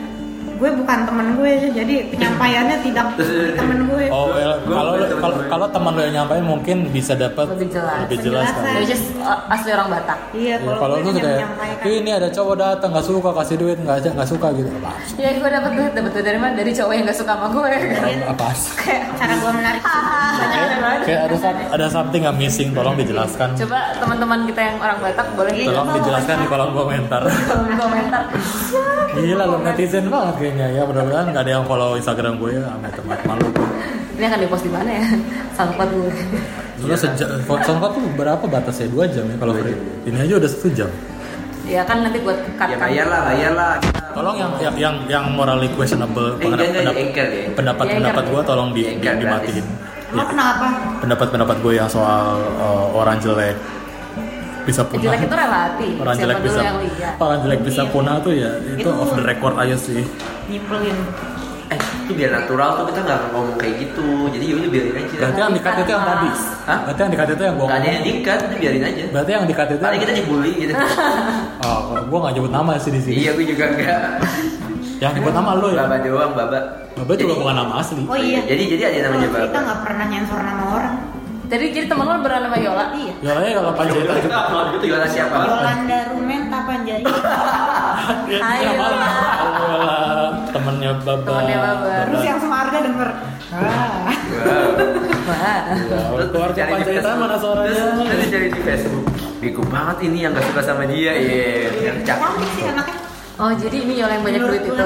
Speaker 7: gue bukan temen gue jadi penyampaiannya tidak di temen gue
Speaker 3: Oh,
Speaker 2: Gua-
Speaker 3: el-
Speaker 2: gua
Speaker 3: kalau
Speaker 2: bukan
Speaker 3: lu- kalau
Speaker 2: temen gue.
Speaker 3: kalau teman lo yang nyampein mungkin bisa dapat
Speaker 4: Lebih jelas.
Speaker 3: Lebih jelas kan.
Speaker 7: Penjelasan.
Speaker 4: Which is, uh, asli orang Batak.
Speaker 7: iya
Speaker 3: Ya, kalau
Speaker 7: gue
Speaker 3: lu
Speaker 7: tidak
Speaker 3: kayak
Speaker 7: menyampaikan
Speaker 3: "Ih, ini ada cowok datang nggak suka kasih duit nggak aja nggak suka gitu. Apa?
Speaker 4: Ya gue dapat duit, dapat duit dari mana? Dari cowok yang gak suka sama gue.
Speaker 3: Apa sih?
Speaker 4: Kayak
Speaker 7: cara gue menarik
Speaker 4: banyak banget.
Speaker 3: Kayak ada some- ada something yang missing tolong dijelaskan.
Speaker 4: Coba teman-teman kita yang orang Batak boleh
Speaker 7: Iya.
Speaker 3: Tolong
Speaker 7: coba
Speaker 3: dijelaskan di kolom komentar.
Speaker 4: komentar.
Speaker 3: Gila lu netizen banget kayaknya. Ya mudah-mudahan nggak ada yang follow Instagram gue ya. Amat amat malu gue.
Speaker 4: Ini akan di post di mana ya? Sangkut gue.
Speaker 3: Terus sejak songkok tuh berapa batasnya? Dua jam ya kalau free. Ini aja udah satu jam.
Speaker 4: Ya kan nanti buat cut
Speaker 2: Ya bayar lah, bayar lah.
Speaker 3: Tolong yang yang yang, yang morally questionable
Speaker 2: Eh, jangan
Speaker 3: pendapat
Speaker 2: di anchor ya.
Speaker 3: pendapat,
Speaker 4: Di
Speaker 3: pendapat
Speaker 4: anchor.
Speaker 3: gue tolong di,
Speaker 2: Di
Speaker 3: di,
Speaker 2: anchor gratis.
Speaker 3: dimatiin.
Speaker 7: emang kenapa
Speaker 3: Pendapat pendapat gue yang soal uh, orang jelek bisa punah.
Speaker 4: Jelek itu relatif.
Speaker 3: orang jelek
Speaker 4: Siapa
Speaker 3: bisa
Speaker 4: dulu yang lihat?
Speaker 3: orang jelek bisa punah tuh ya itu,
Speaker 7: Itu- Iya,
Speaker 3: off the record aja sih.
Speaker 7: nyimpulin
Speaker 2: Eh, itu biar natural tuh kita gak ngomong kayak gitu. Jadi yaudah biarin aja.
Speaker 3: Berarti yang dikat itu yang tadi.
Speaker 2: Hah?
Speaker 3: Berarti yang dikat itu yang gue
Speaker 2: Gak ada yang dikat, itu biarin aja.
Speaker 3: Berarti yang dikat itu.
Speaker 2: Paling kita dibully gitu.
Speaker 3: Oh, gue nggak nyebut nama sih di sini.
Speaker 2: iya, gue juga enggak.
Speaker 3: Yang nyebut nama lo ya.
Speaker 2: Baba doang, Baba.
Speaker 3: Bapak juga bukan nama asli.
Speaker 7: oh iya
Speaker 2: Jadi jadi ada yang namanya
Speaker 7: Kalau kita
Speaker 2: Baba.
Speaker 7: nggak pernah nyensor nama orang
Speaker 4: Jadi jadi teman lo beneran sama Yola? Iya.
Speaker 3: Ya lah ya kalau panjaitan
Speaker 5: Kita
Speaker 3: juga.
Speaker 5: kenal gitu
Speaker 2: Yola siapa?
Speaker 7: Yolanda Rumenta Panjaitan
Speaker 4: Ayo lah.
Speaker 3: Oh, lah, temennya Baba.
Speaker 4: Temennya Baba.
Speaker 7: terus yang semarga denger ah
Speaker 2: Wow.
Speaker 4: Wah.
Speaker 3: Ya, keluarga
Speaker 2: Cari di
Speaker 3: panjaitan
Speaker 2: Facebook.
Speaker 3: mana suaranya?
Speaker 2: Terus- Terus dicari di Facebook. Biku banget ini yang gak suka sama dia. Iya, yang cakep.
Speaker 7: cantik sih anaknya
Speaker 4: Oh jadi ini Yola yang banyak
Speaker 7: Menurut
Speaker 4: duit
Speaker 7: gue,
Speaker 4: itu.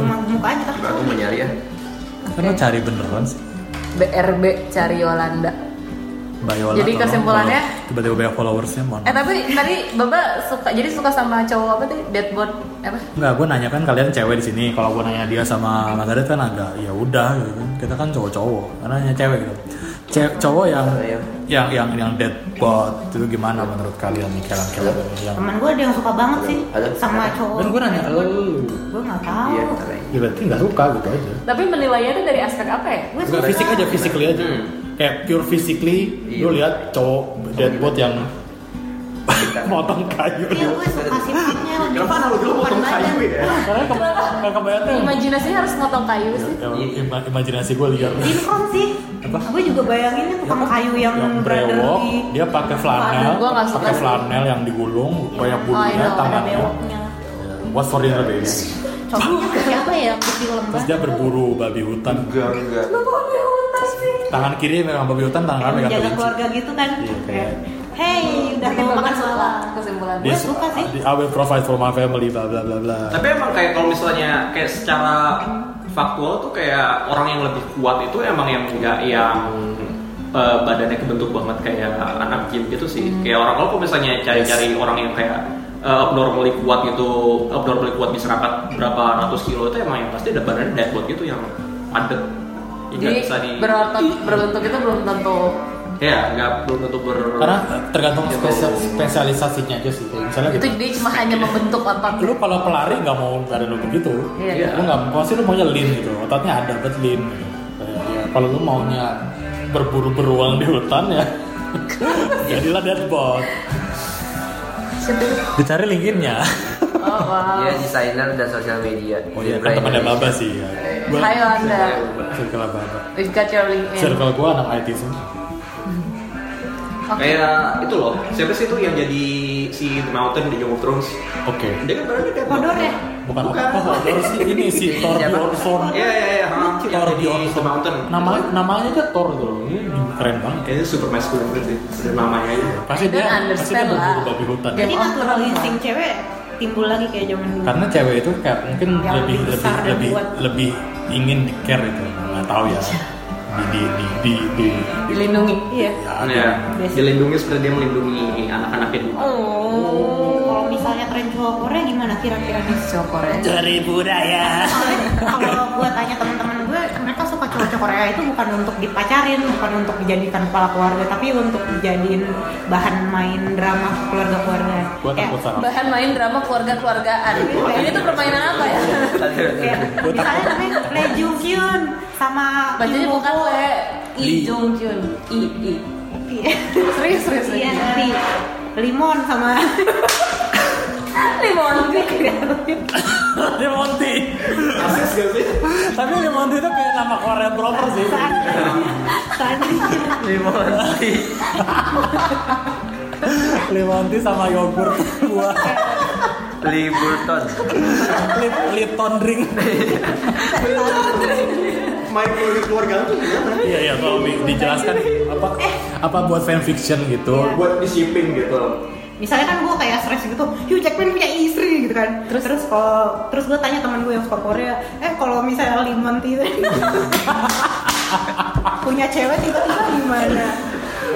Speaker 7: cuma mukanya tapi
Speaker 2: Aku mau nyari ya.
Speaker 3: Kan lo cari beneran sih.
Speaker 4: BRB cari Yolanda.
Speaker 3: Mbak Yola,
Speaker 4: Jadi
Speaker 3: tolong
Speaker 4: kesimpulannya-
Speaker 3: kalau tiba-tiba banyak followersnya mohon.
Speaker 4: Eh tapi tadi Baba suka jadi suka sama cowok apa tadi? Deadbot apa?
Speaker 3: Enggak, gue nanya kan kalian cewek di sini. Kalau gue nanya dia sama Mas Adit kan agak ya udah gitu kan. Kita kan cowok-cowok, karena hanya cewek gitu. Ce- cowok yang yang yang yang dead bot itu gimana menurut kalian nih kalian kalian yang
Speaker 7: teman gue ada yang suka banget sih sama cowok
Speaker 3: kan gue nanya lo
Speaker 7: gue nggak tahu
Speaker 2: Iya, kita lain.
Speaker 3: ya berarti nggak suka gitu aja
Speaker 4: Tapi menilainya itu dari aspek apa ya?
Speaker 7: gue
Speaker 3: Enggak,
Speaker 7: suka
Speaker 3: fisik aja physically aja kayak pure physically
Speaker 2: Iya.
Speaker 3: lu lihat cowok dead bot yang motong kayu
Speaker 7: Iya, gue suka sih fisiknya
Speaker 5: Kenapa lu dulu potong kayu ya?
Speaker 3: karena kemarin kemarin
Speaker 4: Hmm.
Speaker 3: tuh
Speaker 4: Imajinasinya harus motong kayu sih.
Speaker 3: Ya, ima- imajinasi gue lihat
Speaker 4: Iya,
Speaker 7: Sinkron sih
Speaker 3: Apa?
Speaker 7: gue juga bayanginnya
Speaker 5: Iya,
Speaker 7: tukang kayu yang,
Speaker 3: yang
Speaker 7: berada
Speaker 3: brewok
Speaker 7: di Iya,
Speaker 3: dia pakai flanel
Speaker 4: Gua nggak suka
Speaker 3: pakai
Speaker 4: sih.
Speaker 3: flanel yang digulung banyak
Speaker 4: Oh, I
Speaker 3: bulunya
Speaker 4: know, ada Iya.
Speaker 7: ada
Speaker 3: tangannya
Speaker 7: bewoknya
Speaker 3: What for dinner baby?
Speaker 7: cowoknya siapa ya di lembah
Speaker 3: Terus dia berburu babi hutan.
Speaker 2: Enggak, enggak.
Speaker 3: Tangan kiri megang babi hutan, tangan kanan megang
Speaker 7: menjaga
Speaker 3: kelinci.
Speaker 7: keluarga gitu kan
Speaker 3: Iya,
Speaker 7: Kayak,
Speaker 3: kayak-
Speaker 7: hey udah
Speaker 4: Jadi
Speaker 7: mau
Speaker 4: Baba
Speaker 7: makan
Speaker 4: suka
Speaker 7: malam
Speaker 4: kesimpulannya.
Speaker 3: Dia
Speaker 7: Gue suka sih.
Speaker 3: I will provide for my family, bla bla bla bla.
Speaker 5: Tapi emang kayak kalau misalnya kayak secara faktual tuh kayak orang yang lebih kuat itu emang yang enggak yang eh, badannya kebentuk banget kayak anak gym gitu sih. Kayak orang kalau misalnya cari-cari orang yang kayak eh, abnormally kuat gitu, abnormally kuat bisa angkat berapa ratus kilo itu emang yang pasti ada badannya deadwood gitu yang padat. Yang nggak
Speaker 4: Jadi
Speaker 5: bisa di
Speaker 4: berotot berbentuk itu belum tentu.
Speaker 5: Ya, nggak belum tentu ber
Speaker 3: Karena tergantung
Speaker 5: Gitu.
Speaker 3: spesial, spesialisasinya aja sih. Kayak Misalnya
Speaker 4: Itu
Speaker 3: gitu.
Speaker 4: dia cuma hanya membentuk otot.
Speaker 3: Lu kalau pelari nggak mau badan lu begitu.
Speaker 4: Iya.
Speaker 5: Iya.
Speaker 3: Lu nggak pasti lu maunya lean gitu. Ototnya ada buat lean. Kayak, ya, kalau lu maunya berburu beruang di hutan ya jadilah deadbot. Dicari linkinnya.
Speaker 4: Oh wow.
Speaker 2: Dia Iya, desainer dan sosial media.
Speaker 3: Oh iya, kan
Speaker 2: gitu.
Speaker 3: temannya Baba sih. Ya. Gua-
Speaker 4: Hai Anda.
Speaker 3: Circle Baba.
Speaker 4: We've got your LinkedIn.
Speaker 3: Circle gua anak IT semua.
Speaker 4: Oke.
Speaker 5: kayak itu loh. Siapa sih itu yang jadi si Mountain di Game of Thrones?
Speaker 3: Oke.
Speaker 5: Dia kan badannya deadwood.
Speaker 7: Kodor ya?
Speaker 3: Bukan apa harus ini si Thor Bjornsson.
Speaker 5: Iya, iya, iya. ha, Yang
Speaker 3: Thor
Speaker 5: di The
Speaker 3: Bjornsson.
Speaker 5: Mountain.
Speaker 3: Nama namanya aja Thor tuh. Ini keren banget.
Speaker 5: Kayaknya super masculine banget sih. Dari namanya aja.
Speaker 3: Pasti dia pasti
Speaker 4: I don't
Speaker 3: dia
Speaker 4: understand lah.
Speaker 3: berburu babi hutan.
Speaker 7: Jadi
Speaker 4: Game of
Speaker 7: natural
Speaker 4: Thrones.
Speaker 7: insting cewek timbul lagi kayak zaman dulu.
Speaker 3: Karena cewek itu kayak mungkin
Speaker 7: Yang
Speaker 3: lebih lebih
Speaker 7: lebih besar dan
Speaker 3: lebih
Speaker 7: kuat.
Speaker 3: lebih ingin di care itu. Nggak tahu ya. Di di di di, di, di-
Speaker 4: Dilindungi.
Speaker 7: Iya.
Speaker 3: ya,
Speaker 5: Ya,
Speaker 7: Biasa.
Speaker 5: dilindungi seperti dia melindungi anak-anaknya dulu.
Speaker 7: Oh, kalau misalnya tren cowok Korea gimana kira-kira nih?
Speaker 4: Cowok Korea.
Speaker 7: Soalnya kalau gue tanya teman-teman gue, mereka suka cowok-cowok Korea itu bukan untuk dipacarin, bukan untuk dijadikan kepala keluarga, tapi untuk dijadiin bahan main drama keluarga-keluarga.
Speaker 3: Gue
Speaker 7: Kayak-
Speaker 3: takut sama.
Speaker 4: Bahan main drama keluarga-keluargaan. Ini tuh permainan apa ya?
Speaker 7: kayak misalnya tapi Lee Jung Kyun sama Kim
Speaker 4: Bacanya
Speaker 7: Bo
Speaker 4: bukan ya?
Speaker 7: Ho.
Speaker 4: Le I Jung Kyun. I I.
Speaker 7: Iya.
Speaker 4: Serius serius.
Speaker 7: Iya, dari Limon sama
Speaker 4: Limon.
Speaker 2: Oh,
Speaker 3: Monty.
Speaker 5: Asis gak sih?
Speaker 3: Tapi Monty itu kayak nama Korea proper sih.
Speaker 7: Sandi.
Speaker 3: Limonti sama yogurt buah
Speaker 2: Liburton.
Speaker 3: lip Lipton drink.
Speaker 5: Main keluarga keluarga tuh gimana?
Speaker 3: Iya iya kalau di- dijelaskan apa
Speaker 7: Eh.
Speaker 3: apa buat fan fiction gitu.
Speaker 7: Iya.
Speaker 5: Buat di shipping gitu loh.
Speaker 7: misalnya kan gue kayak stres gitu Hugh Jackman punya istri gitu kan terus terus kalau terus gue tanya temen gue yang suka Korea eh kalau misalnya Limon itu punya cewek tiba-tiba gimana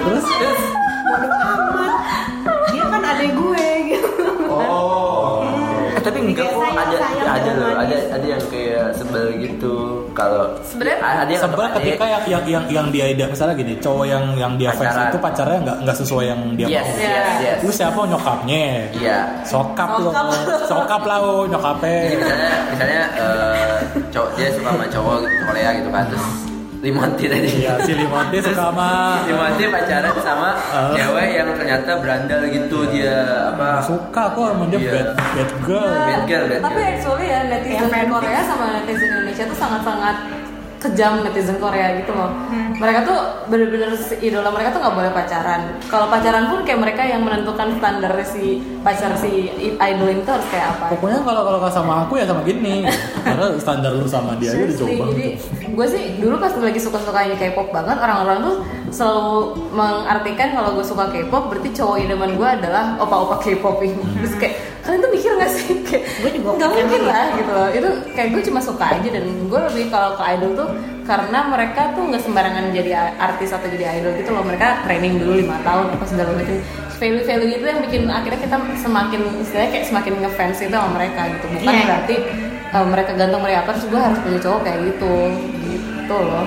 Speaker 3: Terus terus
Speaker 7: bodoh amat dia kan adek gue gitu Hmm.
Speaker 2: Eh, tapi enggak kok
Speaker 7: Kayak
Speaker 2: ada
Speaker 7: Iya, sayang,
Speaker 2: ada
Speaker 7: sayang
Speaker 2: loh
Speaker 7: manis.
Speaker 2: ada ada yang kayak sebel gitu kalau
Speaker 4: Sebenarnya-
Speaker 2: ada yang
Speaker 3: sebel
Speaker 2: anggap
Speaker 3: ketika
Speaker 2: adek.
Speaker 3: yang yang yang yang dia ide- misalnya gini cowok yang yang dia fans
Speaker 2: Pacaran. Iya
Speaker 3: itu pacarnya nggak nggak sesuai yang dia
Speaker 2: yes
Speaker 7: Iya.
Speaker 3: mau.
Speaker 2: yes yes
Speaker 3: Lu siapa nyokapnya?
Speaker 2: iya
Speaker 3: Sokap lo,
Speaker 4: Sokap.
Speaker 3: sokap lah lo
Speaker 2: Jadi
Speaker 3: nyokapnya.
Speaker 2: misalnya misalnya eh, cowok dia suka sama cowok Korea gitu kan terus Limonti tadi
Speaker 3: Iya si Limonti suka sama
Speaker 2: Limonti pacaran sama
Speaker 3: Eh.
Speaker 2: cewek yang ternyata berandal gitu dia
Speaker 3: Nggak
Speaker 2: apa
Speaker 3: suka aku sama dia
Speaker 2: Iya.
Speaker 3: bad bad girl.
Speaker 2: Bad girl, bad
Speaker 4: Tapi
Speaker 2: girl.
Speaker 4: actually ya netizen Korea sama netizen Indonesia tuh sangat-sangat kejam netizen Korea gitu loh.
Speaker 2: Hmm.
Speaker 4: Mereka tuh bener-bener si idola mereka tuh nggak boleh pacaran. Kalau pacaran pun kayak mereka yang menentukan standar si pacar si i- idol itu harus kayak apa.
Speaker 3: Pokoknya kalau kalau nggak sama aku ya sama gini. Karena standar lu sama dia aja udah
Speaker 4: Seriously,
Speaker 3: coba.
Speaker 4: jadi gue sih dulu pas lagi suka-sukanya K-pop banget orang-orang tuh selalu mengartikan kalau gue suka K-pop berarti cowok idaman gue adalah opa-opa K-pop ini terus kayak kalian tuh mikir gak sih kayak
Speaker 7: Gua juga
Speaker 4: nggak
Speaker 7: mikir
Speaker 4: mungkin
Speaker 7: gitu.
Speaker 4: lah gitu loh itu kayak gue cuma suka aja dan gue lebih kalau ke idol tuh karena mereka tuh nggak sembarangan jadi a- artis atau jadi idol gitu loh mereka training dulu lima tahun apa segala macam value-value itu yang bikin akhirnya kita semakin istilahnya kayak semakin ngefans itu sama mereka gitu bukan
Speaker 7: Iya.
Speaker 4: berarti eh, mereka gantung mereka apa terus gue harus punya cowok kayak gitu gitu loh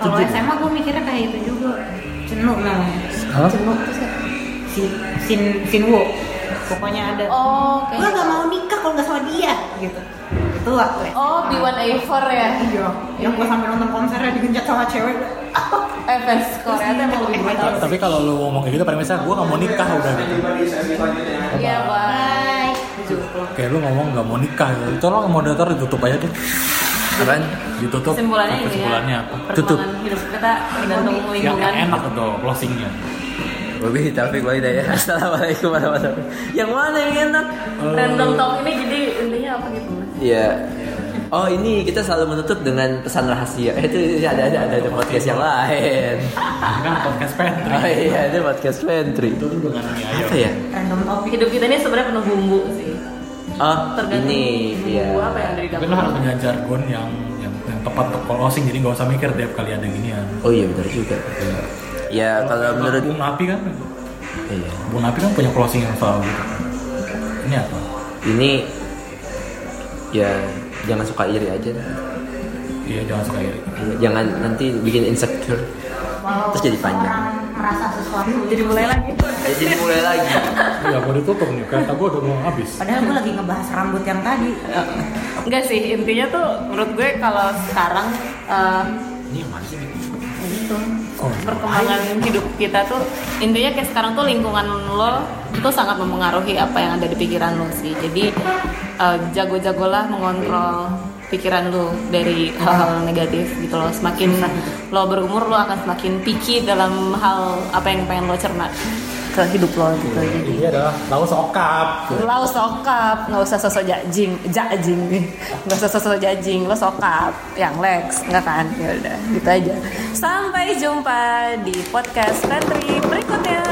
Speaker 7: kalau SMA gue mikirnya kayak itu juga jenuh namanya
Speaker 3: Hah?
Speaker 4: Jenuh tuh sih.
Speaker 7: si sin sinwo pokoknya ada
Speaker 4: oh
Speaker 7: gue
Speaker 4: kayak
Speaker 7: gak mau nikah kalau gak sama dia gitu itu waktu ya.
Speaker 4: oh B1 A4 ya
Speaker 7: Iya, yang gue sampai nonton konsernya digenjat sama cewek. Iya.
Speaker 4: eh fans Korea tuh emang lebih
Speaker 7: Terus
Speaker 4: brutal
Speaker 3: Tapi kalau lu ngomong kayak gitu, paling misalnya gue gak mau nikah udah gitu.
Speaker 4: iya bang
Speaker 7: Bye.
Speaker 3: Kayak lu ngomong gak mau nikah, gitu. tolong moderator ditutup aja deh. Keren? Ditutup.
Speaker 4: kesimpulannya ini
Speaker 3: Kesimpulannya
Speaker 4: ya
Speaker 3: apa? Tutup.
Speaker 4: perkembangan hidup kita tergantung
Speaker 3: Yang
Speaker 4: lingkungan
Speaker 3: yang enak itu closingnya.
Speaker 2: Wabihi taufiq wal hidayah. Assalamualaikum warahmatullahi wabarakatuh. Yang mana yang enak?
Speaker 4: random talk ini jadi intinya apa gitu Mas?
Speaker 2: Iya. Oh ini kita selalu menutup dengan pesan rahasia. Eh, Itu itu ada ada ada, ada podcast yang lain.
Speaker 3: Ini kan podcast pantry.
Speaker 2: Oh iya ada podcast pantry.
Speaker 3: Itu tuh dengan mie ayam.
Speaker 2: Apa ya?
Speaker 7: Random topik.
Speaker 4: hidup kita ini sebenarnya penuh bumbu sih
Speaker 2: Oh
Speaker 4: tergantung
Speaker 2: ini
Speaker 4: bumbu
Speaker 2: ya.
Speaker 4: apa yang dari
Speaker 3: Tapi
Speaker 4: dapur
Speaker 3: lu harus punya jargon yang yang yang tepat untuk call housing jadi nggak usah mikir tiap kali ada ya. ginian
Speaker 2: Oh iya benar juga. Ya kalau menurut
Speaker 3: Bung Api kan
Speaker 2: iya.
Speaker 3: Bung Api kan punya closing yang selalu gitu ini apa
Speaker 2: ini ya jangan suka iri aja dah.
Speaker 3: iya jangan suka iri
Speaker 2: jangan nanti bikin insecure
Speaker 7: Walau
Speaker 2: Terus jadi panjang.
Speaker 7: orang merasa sesuatu
Speaker 6: Jadi mulai lagi.
Speaker 2: ya, jadi mulai lagi
Speaker 3: iya gue ditutup nih kereta gue udah mau habis
Speaker 7: Padahal gue lagi ngebahas rambut yang tadi.
Speaker 4: Enggak sih, intinya tuh menurut gue kalau sekarang eh, gitu. perkembangan hidup kita tuh intinya kayak sekarang tuh lingkungan lo itu sangat mempengaruhi apa yang ada di pikiran lo sih. Jadi eh, jago-jagolah mengontrol pikiran lo dari hal-hal negatif gitu loh. Semakin lo berumur lo akan semakin picky dalam hal apa yang pengen lo cermat ke hidup lo gitu. Jadi
Speaker 3: ini adalah tahu sokap
Speaker 4: Lo sokap, nggak usah sosok jajing, jajing, nggak usah sosok jajing, lo sokap, yang Lex, nggak kan? Ya udah, gitu aja. Sampai jumpa di podcast Pantry berikutnya.